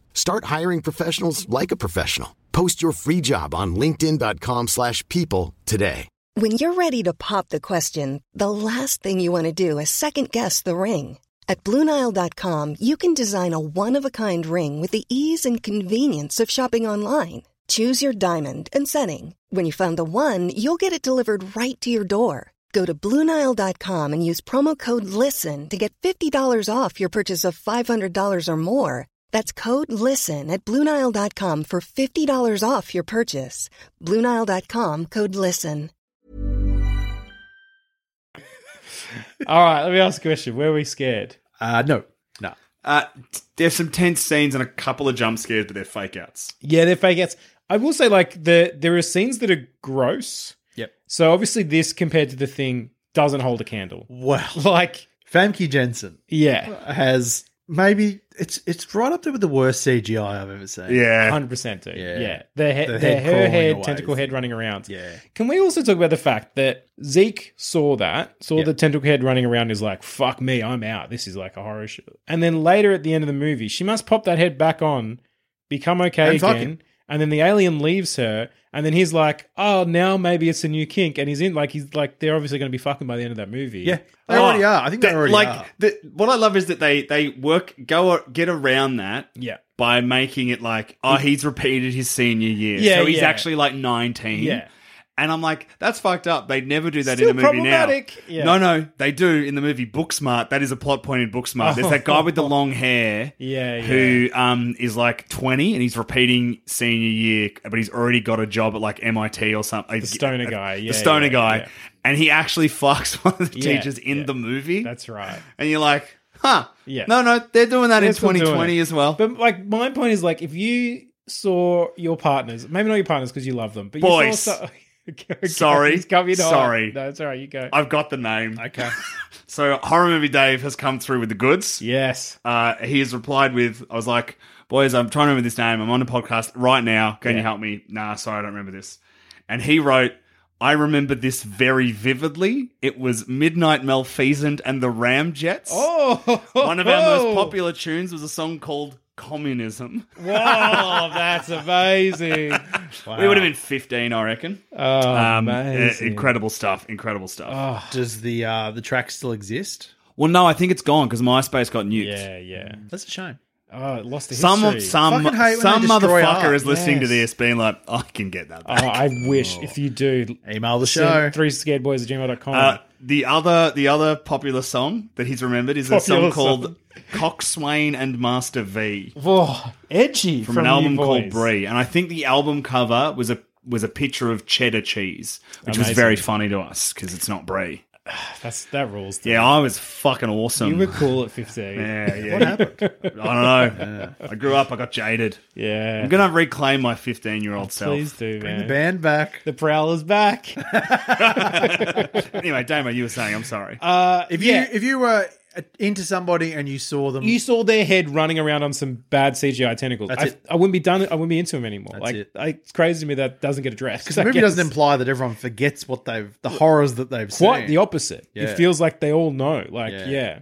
Start hiring professionals like a professional. Post your free job on linkedin.com/people slash people today.
When you're ready to pop the question, the last thing you want to do is second guess the ring. At Bluenile.com, you can design a one of a kind ring with the ease and convenience of shopping online. Choose your diamond and setting. When you find the one, you'll get it delivered right to your door. Go to Bluenile.com and use promo code LISTEN to get $50 off your purchase of $500 or more. That's code LISTEN at Bluenile.com for $50 off your purchase. Bluenile.com code LISTEN.
All right, let me ask a question. Were we scared?
uh, no, no.
Uh, t- there's some tense scenes and a couple of jump scares, but they're fake outs.
Yeah, they're fake outs. I will say, like, the there are scenes that are gross.
Yep.
So obviously, this compared to the thing doesn't hold a candle.
Well,
Like,
Famke Jensen
yeah,
has maybe it's it's right up there with the worst CGI I've ever seen.
Yeah.
hundred percent. do.
Yeah.
Yeah, the, he-
The
the,
head
her
crawling
head,
away
tentacle
is-
head running around.
yeah.
Can we also talk about the fact that Zeke saw that, saw the tentacle head running around, and is like, "Fuck me, I'm out. This is like a horror show." And then later at the end of the movie, she must pop that head back on, become okay
And fuck
again,
him.
and then the alien leaves her, and then he's like, "Oh, now maybe it's a new kink," and he's in like he's like they're obviously going to be fucking by the end of that movie.
Yeah, they
Oh,
already are. I think they
Oh, That-
already
like,
are.
The, what I love is that they they work go a- get around that
yeah,
by making it like oh he's repeated his senior year,
Yeah,
so he's
yeah.
actually like 19.
yeah.
And I'm like, that's fucked up. They never do that
Still
in a movie now.
problematic. Yeah.
No, no, they do in the movie Booksmart. That is a plot point in Booksmart. There's that guy with the long hair,
Oh. Yeah, yeah.
who um is like 20 and he's repeating senior year, but he's already got a job at like MIT or something.
The stoner guy, yeah,
the stoner
yeah,
guy,
yeah.
and he actually fucks one of the
Yeah,
teachers in
yeah.
the movie.
That's right.
and you're like, huh?
Yeah.
No, no, they're doing that
They're
in
still doing
2020
it.
as well.
But like my point is like if you saw your partners, maybe not your partners because you love them, but you
Boys.
saw so- Okay, okay,
Sorry.
he's coming on.
Sorry.
No, it's all right. You go.
I've got the name.
okay.
So horror movie Dave has come through with the goods.
yes.
Uh, he has replied with, "I was like, boys, I'm trying to remember this name. I'm on a podcast right now. Can you help me? Nah, sorry, I don't remember this." And he wrote, "I remember this very vividly. It was Midnight Malfeasant and the Ramjets.
Oh,
One of our most popular tunes was a song called." Communism.
Whoa, oh, that's amazing.
Um, We would have been 15, I reckon.
Oh,
uh,
amazing.
incredible stuff. Incredible stuff.
Does the uh, the track still exist?
Well, no, I think it's gone because MySpace got nuked.
Yeah, yeah.
That's a shame.
Oh, it lost the
Some
history.
some
Fucking hate when
some
they destroy
motherfucker
art.
is listening to
Yes.
this, being like, "I can get that."
Oh,
Back.
I wish if you do
Email the show.
send three scared boys at gmail.com.
Uh, the other the other popular song that he's remembered is a
Popular
song
song.
called "Coxswain and Master V"
Whoa, edgy
from, an album called
Break.
Brie, and I think the album cover was a was a picture of cheddar cheese, which was
Amazing.
very funny to us because it's not Brie.
That's that rules. dude.
Yeah, I was fucking awesome.
you were cool at fifteen.
yeah, yeah. What happened? I don't know. I grew up. I got jaded.
Yeah.
I'm gonna reclaim my 15 year old self.
Oh, Please do,
Bring the
man.
band back.
The prowler's back.
Anyway, Damo, you were saying. I'm sorry.
Uh,
If
yeah,
you if you were uh, into somebody and you saw them,
you saw their head running around on some bad CGI tentacles,
That's
I,
it.
I wouldn't be done. I wouldn't be into him anymore. like,
it.
I, it's crazy to me that doesn't get addressed.
because the movie doesn't imply that everyone forgets what they've the horrors that they've seen.
quite the opposite.
Yeah.
It feels like they all know. Like,
Yeah.
yeah,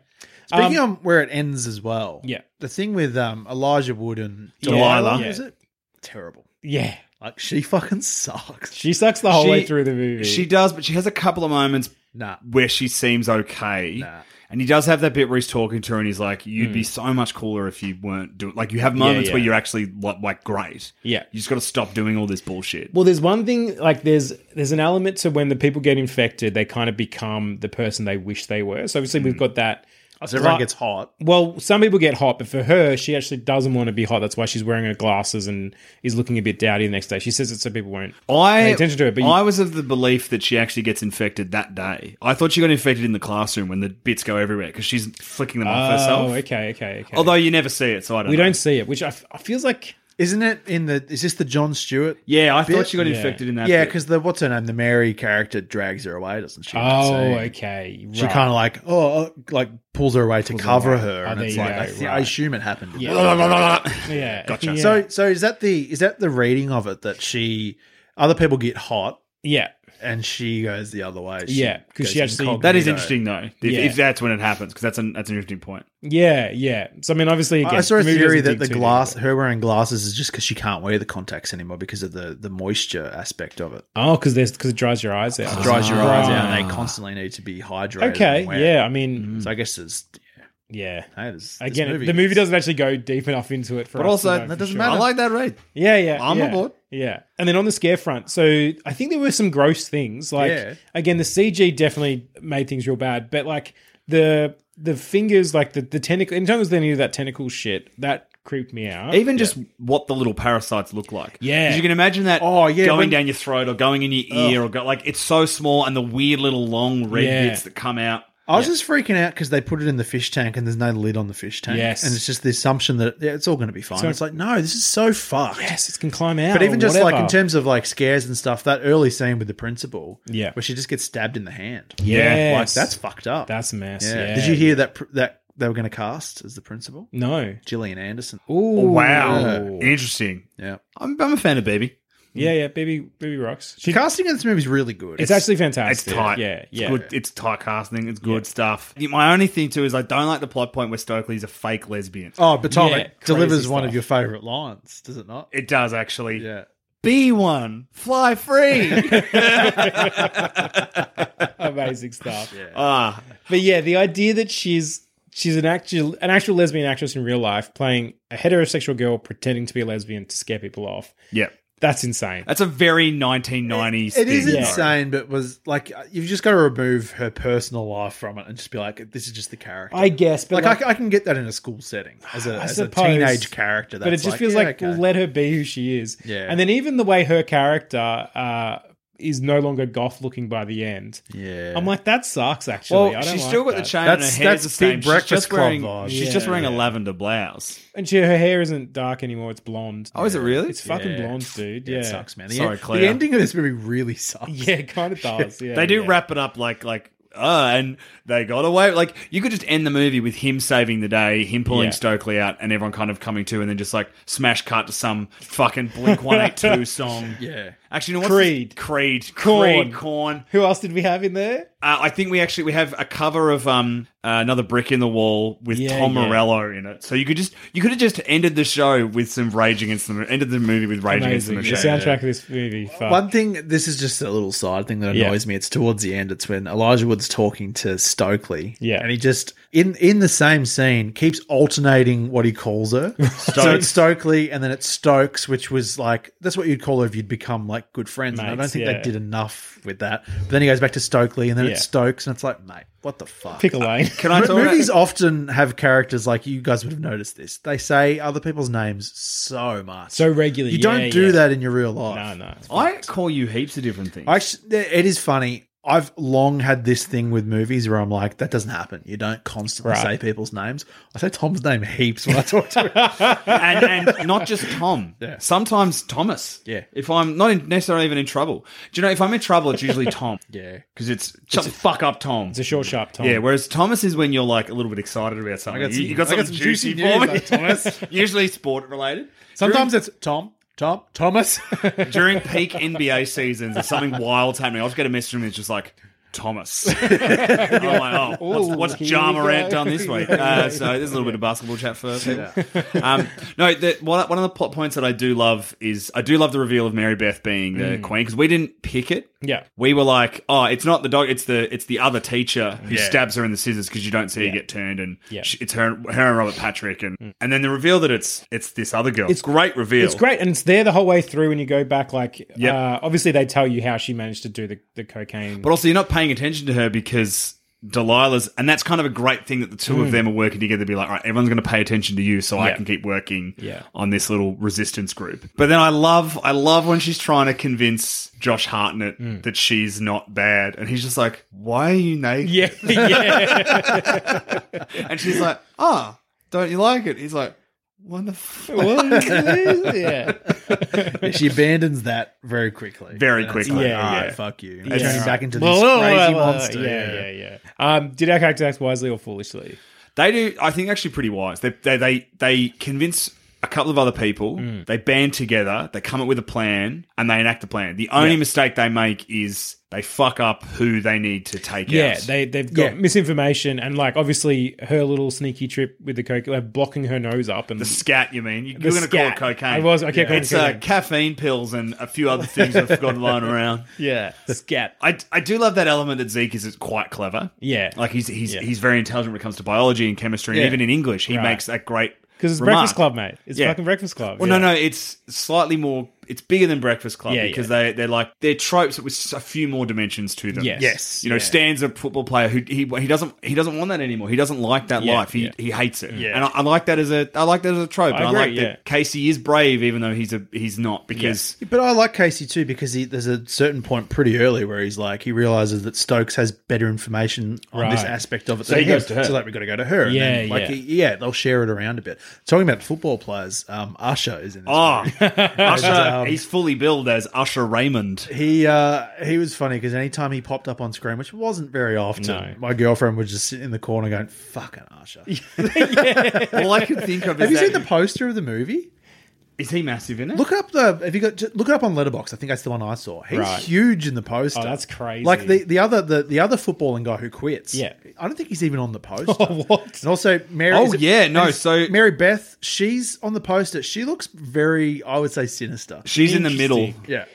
Speaking
Um,
of where it ends as well,
Yeah.
the thing with um, Elijah Wood and
Delilah.
Delilah
Yeah.
is it terrible?
yeah.
Like she fucking sucks.
She sucks the whole
She-
way through the movie.
She does, but she has a couple of moments
Nah,
where she seems okay.
Nah.
And he does have that bit where he's talking to her and he's like, You'd be so much cooler if you weren't doing like you have moments
Hmm. yeah.
where you're actually like, like great.
Yeah.
You just gotta stop doing all this bullshit.
Well, there's one thing like there's there's an element to when the people get infected, they kind of become the person they wish they were. So obviously we've got that.
Hmm. Oh, so everyone
Like-
gets hot.
Well, some people get hot, but for her, she actually doesn't want to be hot. That's why she's wearing her glasses and is looking a bit dowdy the next day. She says it so people won't.
I
Pay attention to it, but you-
I was of the belief that she actually gets infected that day. I thought she got infected in the classroom when the bits go everywhere because she's flicking them off herself.
Oh, okay, okay, okay.
Although you never see it, so I don't.
we
know.
don't see it, which I, f- I feels like
Isn't it in the? Is this the John Stewart?
Yeah, I
Bit-
thought she got
Yeah.
infected in that.
Yeah,
bit.
because the what's her name, the Mary character drags her away, doesn't she?
oh,
So
okay.
She kind of like oh, uh, like pulls her away to cover
away.
her,
Oh,
and
there
it's
you
like
go,
I, thi- I
right.
assume it happened.
of yeah.
Gotcha.
Yeah.
So, so is that the is that the reading of it that she other people get hot
yeah,
and she goes the other way?
Yeah, 'cause she
goes
actually-
incognito.
that is interesting though. If,
Yeah.
if that's when it happens, because that's an that's an interesting point.
yeah, yeah. So I mean, obviously, again,
I saw a
the movie
theory
doesn't
that the
dig too
glass,
deep.
her wearing glasses, is just because she can't wear the contacts anymore because of the the moisture aspect of it.
Oh, because there's because it dries your eyes out.
It dries your eyes
Right.
out, and they constantly need to be hydrated.
Ah. Okay,
and wet.
yeah. I mean,
So I guess there's
yeah.
hey, there's, there's
Again, the movie
Mm-hmm. is-
doesn't actually go deep enough into it for
But
us.
also,
to know
that
for
doesn't
sure.
matter. I like that read.
Yeah, yeah.
I'm
yeah,
aboard.
Yeah. And then on the scare front, so I think there were some gross things. Like
Yeah.
again, the CG definitely made things real bad, but like the the fingers, like the, the tentacle in terms of any of that tentacle shit, that creeped me out.
Even just what the little parasites look like.
Yeah.
'Cause you can imagine that
Oh, yeah,
going
when-
down your throat or going in your ear or go like it's so small and the weird little long red
Yeah.
bits that come out.
I was just freaking out because they put it in the fish tank and there's no lid on the fish tank.
Yes.
and it's just the assumption that yeah, it's all going to be fine. it's like no, this is so fucked.
yes, it can climb out.
But even
or
just like in
whatever.
terms of like scares and stuff, that early scene with the principal,
Yeah.
where she just gets stabbed in the hand,
Yes.
like that's fucked up.
That's a mess.
yeah.
Yeah.
Did you hear that pr- that they were going to cast as the principal,
No.
Gillian Anderson?
Ooh.
Oh, Interesting.
Yeah,
I'm, I'm a fan of Baby.
Yeah, yeah. Baby baby rocks.
the
She,
casting in this movie is really good.
it's actually
It's
fantastic.
tight.
Yeah,
It's
yeah.
good. It's tight casting. It's good stuff. My only thing too is I don't like the plot point where Stokely's a fake lesbian.
oh, but Tom
Yeah,
it
crazy
delivers one
stuff.
of your favorite lines, does it not?
It does actually.
Yeah.
Be one. Fly free.
Amazing stuff.
Ah,
But yeah, the idea that she's she's an actual an actual lesbian actress in real life playing a heterosexual girl pretending to be a lesbian to scare people off.
yeah.
That's insane.
That's a very 1990s.
It is
thing, though.
insane, but was like you've just got to remove her personal life from it and just be like, this is just the character.
I guess, but
like,
like,
I, I can get that in a school setting as a,
I
as a
suppose,
teenage character. That's
but it just feels
yeah,
like
okay.
let her be who she is.
Yeah.
And then even the way her character uh, is no longer goth looking by the end.
yeah.
I'm like, that sucks.
Well,
Actually, I don't
she's
like
still got
that.
the chain
That's-
and her hair's
that's
the same.
Big
She's
Breakfast
just
Club
wearing,
vibes.
She's
Yeah.
just wearing a lavender blouse.
and she, her hair isn't dark anymore; it's blonde.
Oh, is it really?
It's fucking blonde, dude. Yeah,
it sucks, man. The,
Sorry,
the
Claire.
ending of this movie really sucks.
Yeah, it kind of does. Yeah,
they do
yeah.
wrap it up like like uh and they got away like you could just end the movie with him saving the day him pulling
Yeah.
stokely out and everyone kind of coming to and then just like smash cut to some fucking blink 182 song
Yeah.
actually you know what's
Creed.
creed
Korn.
creed corn
Who else did we have in there?
uh, i think we actually we have a cover of um uh, another brick in the wall with
Yeah,
tom
yeah.
morello in it so you could just you could have just ended the show with some rage against the Ma- ended the movie with rage
Amazing. The
against the machine
soundtrack of this movie. Fuck.
One thing, this is just a little side thing that
Uh, Yeah.
annoys me. It's towards the end. It's when Elijah Wood's talking to Stokely.
Yeah.
And he just, in in the same scene, keeps alternating what he calls her. so it's Stokely and then it's Stokes, which was like, that's what you'd call her if you'd become like good friends. and I don't
Mates,
think
yeah.
they did enough with that. But then he goes back to Stokely and then
Yeah.
it's Stokes and it's like, mate, what the fuck? Uh,
Pick a lane.
can i
Mo-
talk
movies often have characters like you guys would have noticed this. They say other people's names so much,
So regularly,
You don't
yeah,
do
yeah.
that in your real life.
no, no.
i call you heaps of different things
I actually, it is funny. I've long had this thing with movies where I'm like, that doesn't happen. You don't constantly
Right.
say people's names. I say Tom's name heaps when I talk to him.
and, and not just Tom. Sometimes Thomas.
Yeah.
If I'm not in, necessarily even in trouble, do you know if I'm in trouble, it's usually Tom.
Yeah.
Because it's shut the fuck up, Tom.
It's a short, sharp time.
yeah. Whereas Thomas is when you're like a little bit excited about something.
I got
You-
some-
you got
I
something
got some
juicy,
juicy
for
news
me,
though, Thomas.
usually sport related.
Sometimes it's Tom, Tom, Thomas.
During peak NBA seasons, if something wild's happening, I'll just get a message from him. It's just like. Thomas. I'm like, oh,
Ooh,
what's, what's
here
Ja
we go.
Morant done this week? Uh, so there's a little bit of basketball chat for people. um, no, the, one, one of the plot points that I do love is I do love the reveal of Mary Beth being the queen because we didn't pick it.
Mm. Yeah.
we were like, oh, it's not the dog, it's the it's the other teacher who
Yeah.
stabs her in the scissors because you don't see her get turned, and
Yeah. Mm.
she- it's her, her and Robert Patrick, and and then the reveal that it's it's this other girl.
It's-
It's great reveal.
It's great, and it's there the whole way through. When you go back, like,
Yep.
uh, obviously they tell you how she managed to do the, the cocaine.
But also, you're not paying attention to her because Delilah's, and that's kind of a great thing that the two of them are working together to be like, all right, everyone's going to pay attention to you, so I
Hmm. Yeah.
can keep working
Yeah.
on this little resistance group. But then I love, I love when she's trying to convince Josh Hartnett
Hmm.
that she's not bad, and he's just like, why are you naked?
yeah, yeah,
And she's like, ah, don't you like it? He's like, what the fuck?
What is this? yeah.
she abandons that very quickly.
Very
And it's
quickly.
Like,
Yeah,
All right,
yeah.
fuck you.
Yeah.
Turning back into this
Blah, blah,
crazy
blah, blah.
monster.
Yeah, yeah, yeah. Um, did our character act wisely or foolishly?
They do, I think, actually pretty wise. They they they, they convince a couple of other people.
Hmm.
They band together. They come up with a plan and they enact the plan. The only mistake they make is they fuck up who they need to take
Yeah,
out.
they they've got
Yeah.
misinformation and like obviously her little sneaky trip with the coke, like blocking her nose up and
the scat, you mean? You,
The
you're going to call
scat.
it cocaine.
I was- I kept calling it
It's uh,
cocaine.
caffeine pills and a few other things I've got lying around.
yeah scat.
I, I do love that element that Zeke is quite clever.
Yeah.
Like he's he's
Yeah.
he's very intelligent when it comes to biology and chemistry and
Yeah.
even in English. He
Right.
makes that great
Because it's
remark.
Breakfast Club, mate. It's
Yeah.
fucking Breakfast Club.
Well,
yeah.
no, no, it's slightly more. It's bigger than Breakfast Club
Yeah,
because
yeah.
they they're like they're tropes with s- a few more dimensions to them.
Yes. Yes,
you know,
yeah.
Stan's a football player who he, he doesn't he doesn't want that anymore. He doesn't like that
Yeah,
life. He
yeah.
he hates it.
Yeah.
and I, I like that as a I like that as a trope.
I
and
agree,
I like
yeah.
that Casey is brave even though he's a he's not because
But I like Casey too because he, there's a certain point pretty early where he's like he realizes that Stokes has better information on this
Right.
aspect of it.
So
than
he
him.
goes to her.
So like we got to go to her. And
Yeah,
then, like,
yeah.
he- yeah, they'll share it around a bit. Talking about football players, um, Usher is in. This
oh, Usher
um,
he's fully billed as Usher Raymond.
He uh, he was funny because anytime he popped up on screen, which wasn't very often,
No.
my girlfriend would just sit in the corner going, "Fucking Usher."
All I can think of is
Have
that-
you seen the poster of the movie?
is he massive in it?
Look up the if you got just look it up on Letterbox. I think that's the one I saw. He's
Right.
huge in the poster.
Oh, that's crazy.
Like the, the other the, the other footballing guy who quits.
Yeah.
I don't think he's even on the poster.
Oh, what?
And also Mary.
Oh,
is it-
yeah, no,
and it's-
so-
Mary Beth, she's on the poster. She looks very, I would say, sinister.
She's in the middle.
Interesting.
yeah.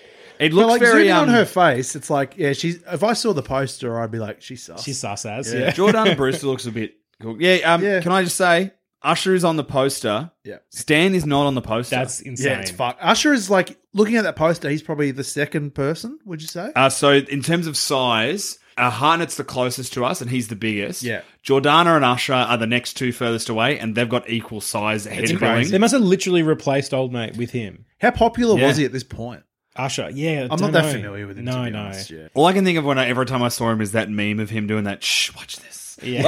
It
But
looks
like
very
zooming
um,
on her face, it's like yeah, she's. If I saw the poster, I'd be like, she's sus.
She's sus as
Yeah.
yeah.
Jordan Brewster looks a bit cool. Yeah, um,
Yeah.
can I just say Usher is on the poster.
Yeah.
Stan is not on the poster.
That's insane.
Yeah, it's fuck. Usher is like looking at that poster. He's probably the second person. Would you say?
Uh, so in terms of size, uh, Hartnett's the closest to us, and he's the biggest.
Yeah.
Jordana and Usher are the next two furthest away, and they've got equal size head rolling.
They must have literally replaced old mate with him.
How popular was
Yeah.
he at this point?
Usher. Yeah,
I'm
don't
not that
know.
familiar with him.
No,
to be
no.
Honest. Yeah.
All I can think of when I, every time I saw him is that meme of him doing that. Shh, watch this.
Yeah.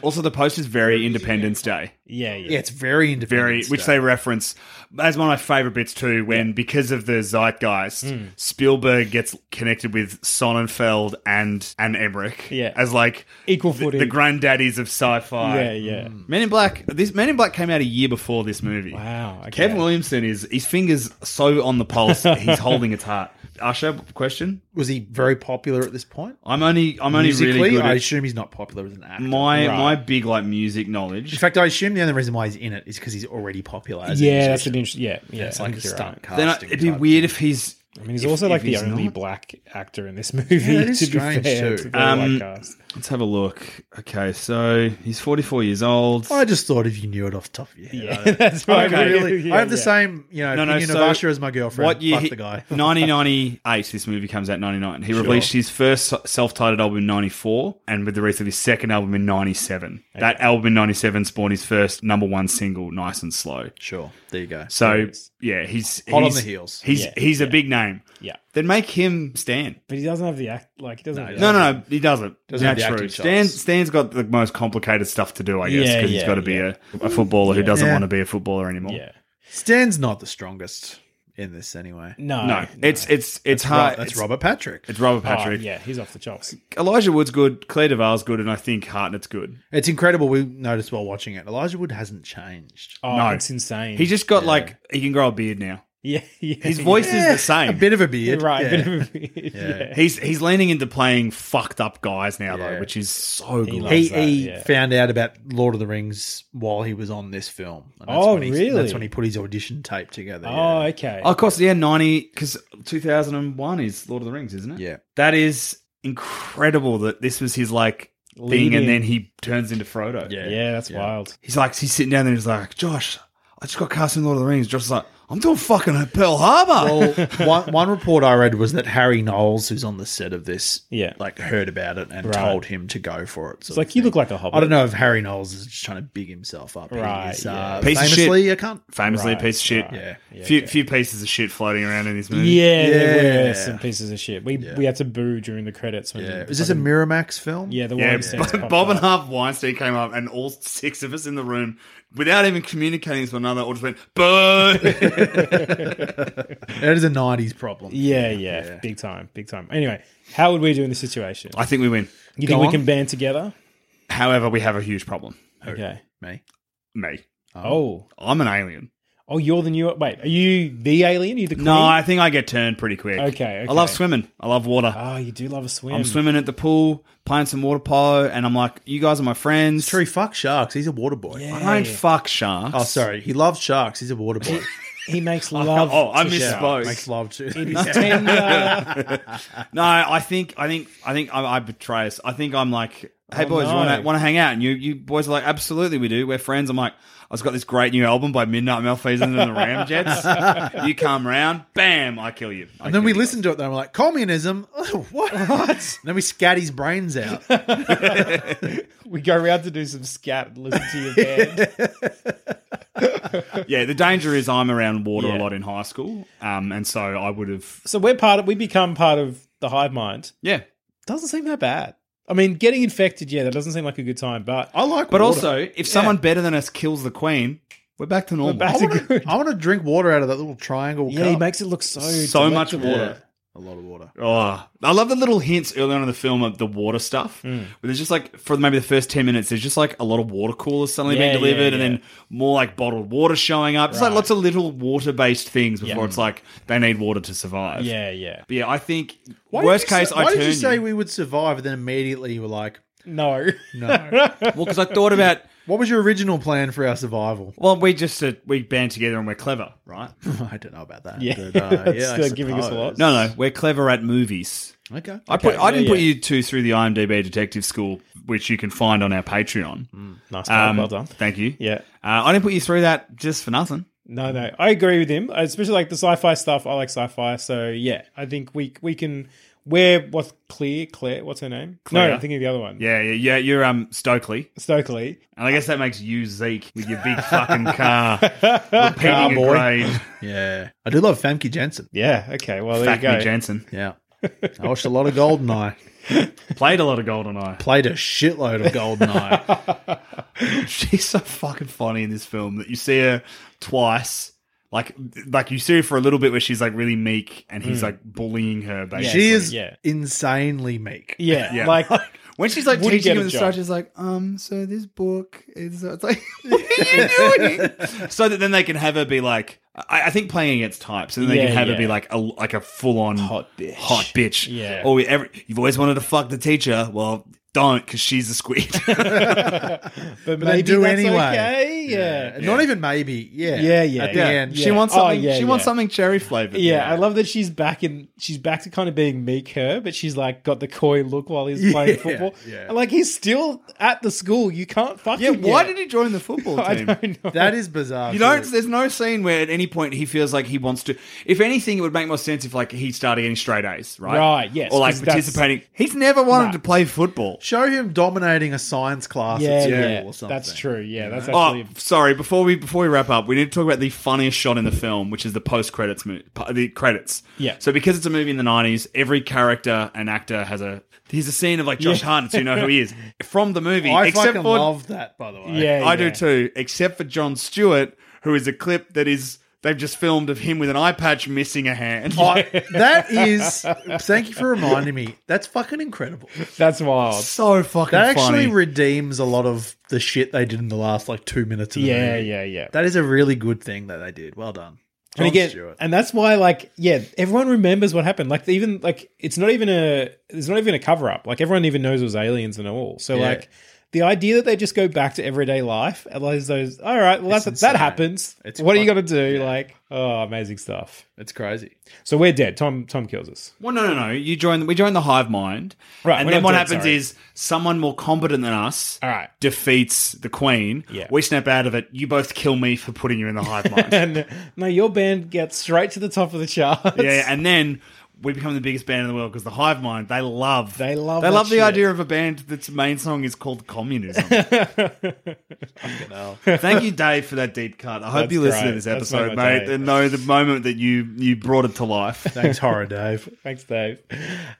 Also, the post is very Independence Day,
yeah, yeah,
yeah, it's very independent.
very which they reference as one of my favorite bits too. When because of the zeitgeist,
Hmm.
Spielberg gets connected with Sonnenfeld and and Emmerich,
Yeah.
as like
Equal
the,
footing.
the granddaddies of sci-fi.
Yeah,
Mm,
yeah.
Men in Black. This Men in Black came out a year before this movie.
Wow, okay.
Kevin Williamson is his fingers so on the pulse. he's holding its heart. Usher, question.
was he very popular at this point?
I'm only. I'm only
Musically,
really good.
I
At
assume he's not popular as an actor.
my
Right.
my big like music
in
knowledge.
fact, I assume the only reason why he's in it is because he's already popular. As
Yeah, that's an
an
interesting. Yeah, yeah.
It's
I
like a
think you're
stunt
right.
Then I,
casting.
it'd be
type
weird if he's.
I mean, he's
if-
also
if
like the
he's
only
not.
black actor in this movie.
that is
to be
strange,
fair,
too.
it's a very white
Um,
cast.
Let's have a look. Okay, so he's 44 years old.
thing. I just thought if you knew it off the top of your head.
Yeah,
I don't know.
that's
I
right.
really,
Yeah,
I have the
yeah.
same, you know,
No, no,
opinion
so
of Usher as my girlfriend.
What year?
Fuck
he-
the guy.
1998. This movie comes out 99. He released his first self-titled album in 94, and with the release of his second album in 97. That album in 97 spawned his first number one single, "Nice and Slow."
Sure, there you go.
So yeah, he's
Hot on
he's-
the heels.
He's
Yeah,
he's a big name.
Yeah.
Then make him Stan.
But he doesn't have the act. Like he doesn't. have the
No,
act-
no, no, he doesn't.
Doesn't have the
That's true.
acting
Stan,
chops.
Stan's got the most complicated stuff to do, I guess,
Yeah,
because
yeah,
he's got to be
yeah.
a, a footballer who doesn't
Yeah.
want to be a footballer anymore.
Yeah.
Stan's not the strongest in this anyway.
No.
No, it's it's it's hard.
Ro- that's
it's,
Robert Patrick.
It's Robert
Oh,
Patrick.
yeah, he's off the chops.
Elijah Wood's good. Claire Duvall's good, and I think Hartnett's good.
It's incredible. We noticed while watching it, Elijah Wood hasn't changed.
Oh,
No.
it's insane.
He's just got like he can grow a beard now.
yeah, yeah.
His voice is the same.
A bit of a beard,
right.
Yeah.
Bit of a, yeah.
he's he's leaning into playing fucked up guys now
Yeah.
though, which is so good.
loves-
he
that,
he
yeah.
found out about Lord of the Rings while he was on this film. And
Oh,
when he,
really?
That's when he put his audition tape together.
Oh,
yeah.
okay.
Oh, of course, yeah, 90, because 2001 is Lord of the Rings, isn't it?
Yeah.
That is incredible that this was his, like, thing,
Leading.
and then he turns into Frodo.
yeah,
Yeah.
that's wild.
He's like, he's sitting down there and he's like, Josh, I just got cast in Lord of the Rings. Josh is like, I'm doing fucking Pearl Harbor.
well, one, one report I read was that Harry Knowles, who's on the set of this,
Yeah.
like heard about it and
Right.
told him to go for it.
It's like you look like a hobbit.
I don't know if Harry Knowles is just trying to big himself up. He
Right,
is,
yeah.
uh,
Piece of shit.
famously a cunt.
Famously, a
Right,
piece of shit.
right.
Yeah.
few, few pieces of shit floating around in this movie.
Yeah, there
Yeah.
were some pieces of shit. We we had to boo during the credits. When
Yeah. Is this a Miramax film?
Yeah, the
Yeah,
one yeah,
Bob, Bob and Harv Weinstein came up, and all six of us in the room, without even communicating to one another, all just went, boo.
That is a 90s problem.
Yeah, yeah, big time, big time. Anyway, how would we do in this situation?
I think we win.
You
Go
think we
on.
can band together?
However, we have a huge problem.
Okay.
Me.
Me.
Oh,
I'm an alien.
oh, you're the new. Wait, are you the alien? Are you the queen?
No, I think I get turned pretty quick.
Okay, okay.
I love swimming. I love water.
Oh, you do love a swim.
I'm swimming at the pool, playing some water polo, and I'm like, you guys are my friends.
True, fuck sharks. He's a water boy.
I don't fuck sharks.
Oh, sorry. He loves sharks. He's a water boy.
He makes love.
oh, I
to
missed
sharks.
both.
Makes love too.
He's tender.
No, I think, I think, I think I, I betray us. I think I'm like, hey boys,
no.
you want to want to hang out? And you, you boys are like, absolutely, we do. We're friends. I'm like, I've got this great new album by Midnight Malfeasance and the Ramjets. you come round, bam, I kill you. I
And then
kill
we
you.
listen to it, then we're like, communism? Oh, what? and then we scat his brains out.
we go around to do some scat and listen to your band.
Yeah, the danger is I'm around water
Yeah.
a lot in high school, um, and so I would have.
so we're part of. We become part of the hive mind.
Yeah,
Doesn't seem that bad. I mean, getting infected, yeah, that doesn't seem like a good time, but
I like
But
water.
also, if someone better than us kills the queen, we're back to normal.
back
I
to
wanna-
good.
I want to drink water out of that little triangle
yeah,
cup.
he makes it look so
so much
delectable.
water.
a lot of water.
Oh, I love the little hints early on in the film of the water stuff.
Hmm.
Where there's just like for maybe the first ten minutes, there's just like a lot of water coolers suddenly
Yeah,
being delivered,
yeah, yeah.
and then more like bottled water showing up. It's like lots of little water based things before it's like they need water to survive.
Yeah, yeah.
but yeah, I think
Why did
worst
you
case,
say,
I
Why
turn
did you say
you.
we would survive and then immediately you were like,
No.
no.
well, because I thought about.
what was your original plan for our survival?
Well, we just uh, we band together and we're clever, right?
I don't know about that.
Yeah.
But, uh,
That's
yeah I
still giving us a lot.
suppose.
No, no, we're clever at movies.
Okay.
I put
Okay,
I didn't
yeah,
put
yeah.
Hmm.
you two through the IMDb Detective School, which you can find on our Patreon.
Nice, Caleb.
Um,
Oh, well done.
Thank you.
Yeah.
Uh, I didn't put you through that just for nothing.
No, no, I agree with him. Especially like the sci-fi stuff. I like sci-fi, so yeah, I think we we can. Where what's clear? Claire, what's her name? No,
Claire.
I'm thinking of the other one.
Yeah, yeah, yeah. You're um Stokely,
Stokely.
and I guess that makes you Zeke with your big fucking car, repeating
Car
a
boy.
grade.
Yeah, I do love Famke Jensen.
Yeah. Okay. Well, there
Fuck
you go.
me, Jensen.
Yeah, I watched a lot of Goldeneye.
Played a lot of Goldeneye.
Played a shitload of Goldeneye.
she's so fucking funny in this film that you see her twice. Like, like you see her for a little bit where she's like really meek and
Hmm.
he's like bullying her. Basically,
she is
Yeah.
insanely meek.
Yeah,
Yeah.
Like
when she's like
Wouldn't
teaching
get
him
a
the
job.
stuff. She's like, um, so this book is so it's like, what are you doing? so that then they can have her be like, I, I think playing against type. So then they
Yeah,
can have
yeah.
her be like a like a full on
Hot bitch.
hot bitch.
Yeah.
Oh, every, you've always wanted to fuck the teacher. Well, don't because she's a squid.
but
But they
maybe
do
that's
anyway.
Okay. Yeah.
Not even maybe. Yeah.
Yeah, yeah,
At the
yeah.
end,
She wants
Oh,
something.
yeah,
she wants
yeah.
something cherry flavored.
Yeah, I love that she's back in. She's back to kind of being meek her, but she's like got the coy look while he's playing
Yeah,
football.
yeah.
And like he's still at the school. You can't fuck
Yeah,
him.
why
yet.
did he join the football
I
team?
don't know.
that is bizarre.
You don't.
too.
There's no scene where at any point he feels like he wants to. If anything, it would make more sense if like he started getting straight A's, right?
Right, yes,
Or like
'cause that's-
participating. He's never wanted
Nah.
to play football.
show him dominating a science class at
yeah,
school
yeah,
or something.
that's true. Yeah, that's
Oh,
actually.
sorry. Before we before we wrap up, we need to talk about the funniest shot in the film, which is the post credits mo- po- the credits.
Yeah.
So because it's a movie in the '90s, every character and actor has a. Here's a scene of like Josh Hartnett, so you know who he is from the movie.
I
except
fucking
for
love that, by the way.
Yeah,
Oh, I
yeah.
do too, except for John Stewart, who is a clip that is they've just filmed of him with an eye patch missing a hand.
I- that is. Thank you for reminding me. That's fucking incredible.
That's wild.
so fucking
That actually
funny.
redeems a lot of the shit they did in the last like two minutes. Of the
Yeah,
movie.
yeah, yeah.
That is a really good thing that they did. Well done,
and
John
again,
Stewart.
and that's why, like, yeah, everyone remembers what happened. Like, they even like, it's not even a, there's not even a cover up. Like, everyone even knows it was aliens and all. So,
Yeah.
like, the idea that they just go back to everyday life, and like those, all right, well,
It's
that's, that
insane.
happens.
It's
what are you
fuck-
gonna do? Like, oh, amazing stuff.
it's crazy.
So we're dead. Tom, Tom kills us.
well, no, no, no. You join. We join the hive mind,
Right,
And
we're
then
not
what
dead,
happens
sorry.
is someone more competent than us.
All right.
Defeats the queen.
Yeah.
We snap out of it. You both kill me for putting you in the hive mind. yeah,
And no, your band gets straight to the top of the charts.
yeah, and then we become the biggest band in the world because the hive mind they love
They love
they
that
love the
shit.
idea of a band that's main song is called communism. Thank you, Dave, for that deep cut. I hope
That's
you listen
great.
to this
That's
episode,
made my
mate,
day.
and know the moment that you you brought it to life.
Thanks, horror Dave.
Thanks, Dave.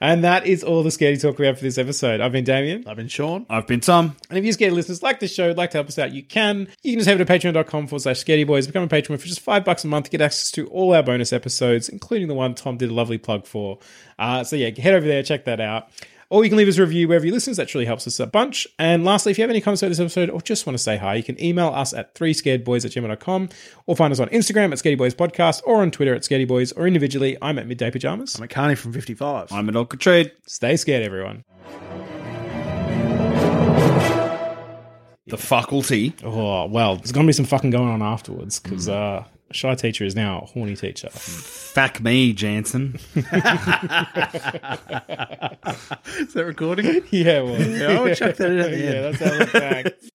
And that is all the scary talk we have for this episode. I've been Damien.
I've been Sean.
I've been Tom.
And if you scared listeners like this show, like to help us out, you can. You can just head over to patreon.com forward slash scaredy boys, become a patron for just five bucks a month, get access to all our bonus episodes, including the one Tom did a lovely plug for. Uh, so yeah, head over there, check that out. Or you can leave us a review wherever you listen. That truly helps us a bunch. And lastly, if you have any comments about this episode or just want to say hi, you can email us at 3scaredboys at gmail.com or find us on Instagram at Scaredy Boys Podcast or on Twitter at Scaredy Boys or individually, I'm at Midday Pajamas.
I'm at Carney from 55.
I'm at Old Trade.
Stay scared, everyone.
The faculty.
Oh, well, there's going to be some fucking going on afterwards because uh, Shy Teacher is now a horny teacher.
Fuck me, Jansen.
is that recording?
yeah, well.
yeah, I'll check that in at the
yeah,
end.
that's how it looks back.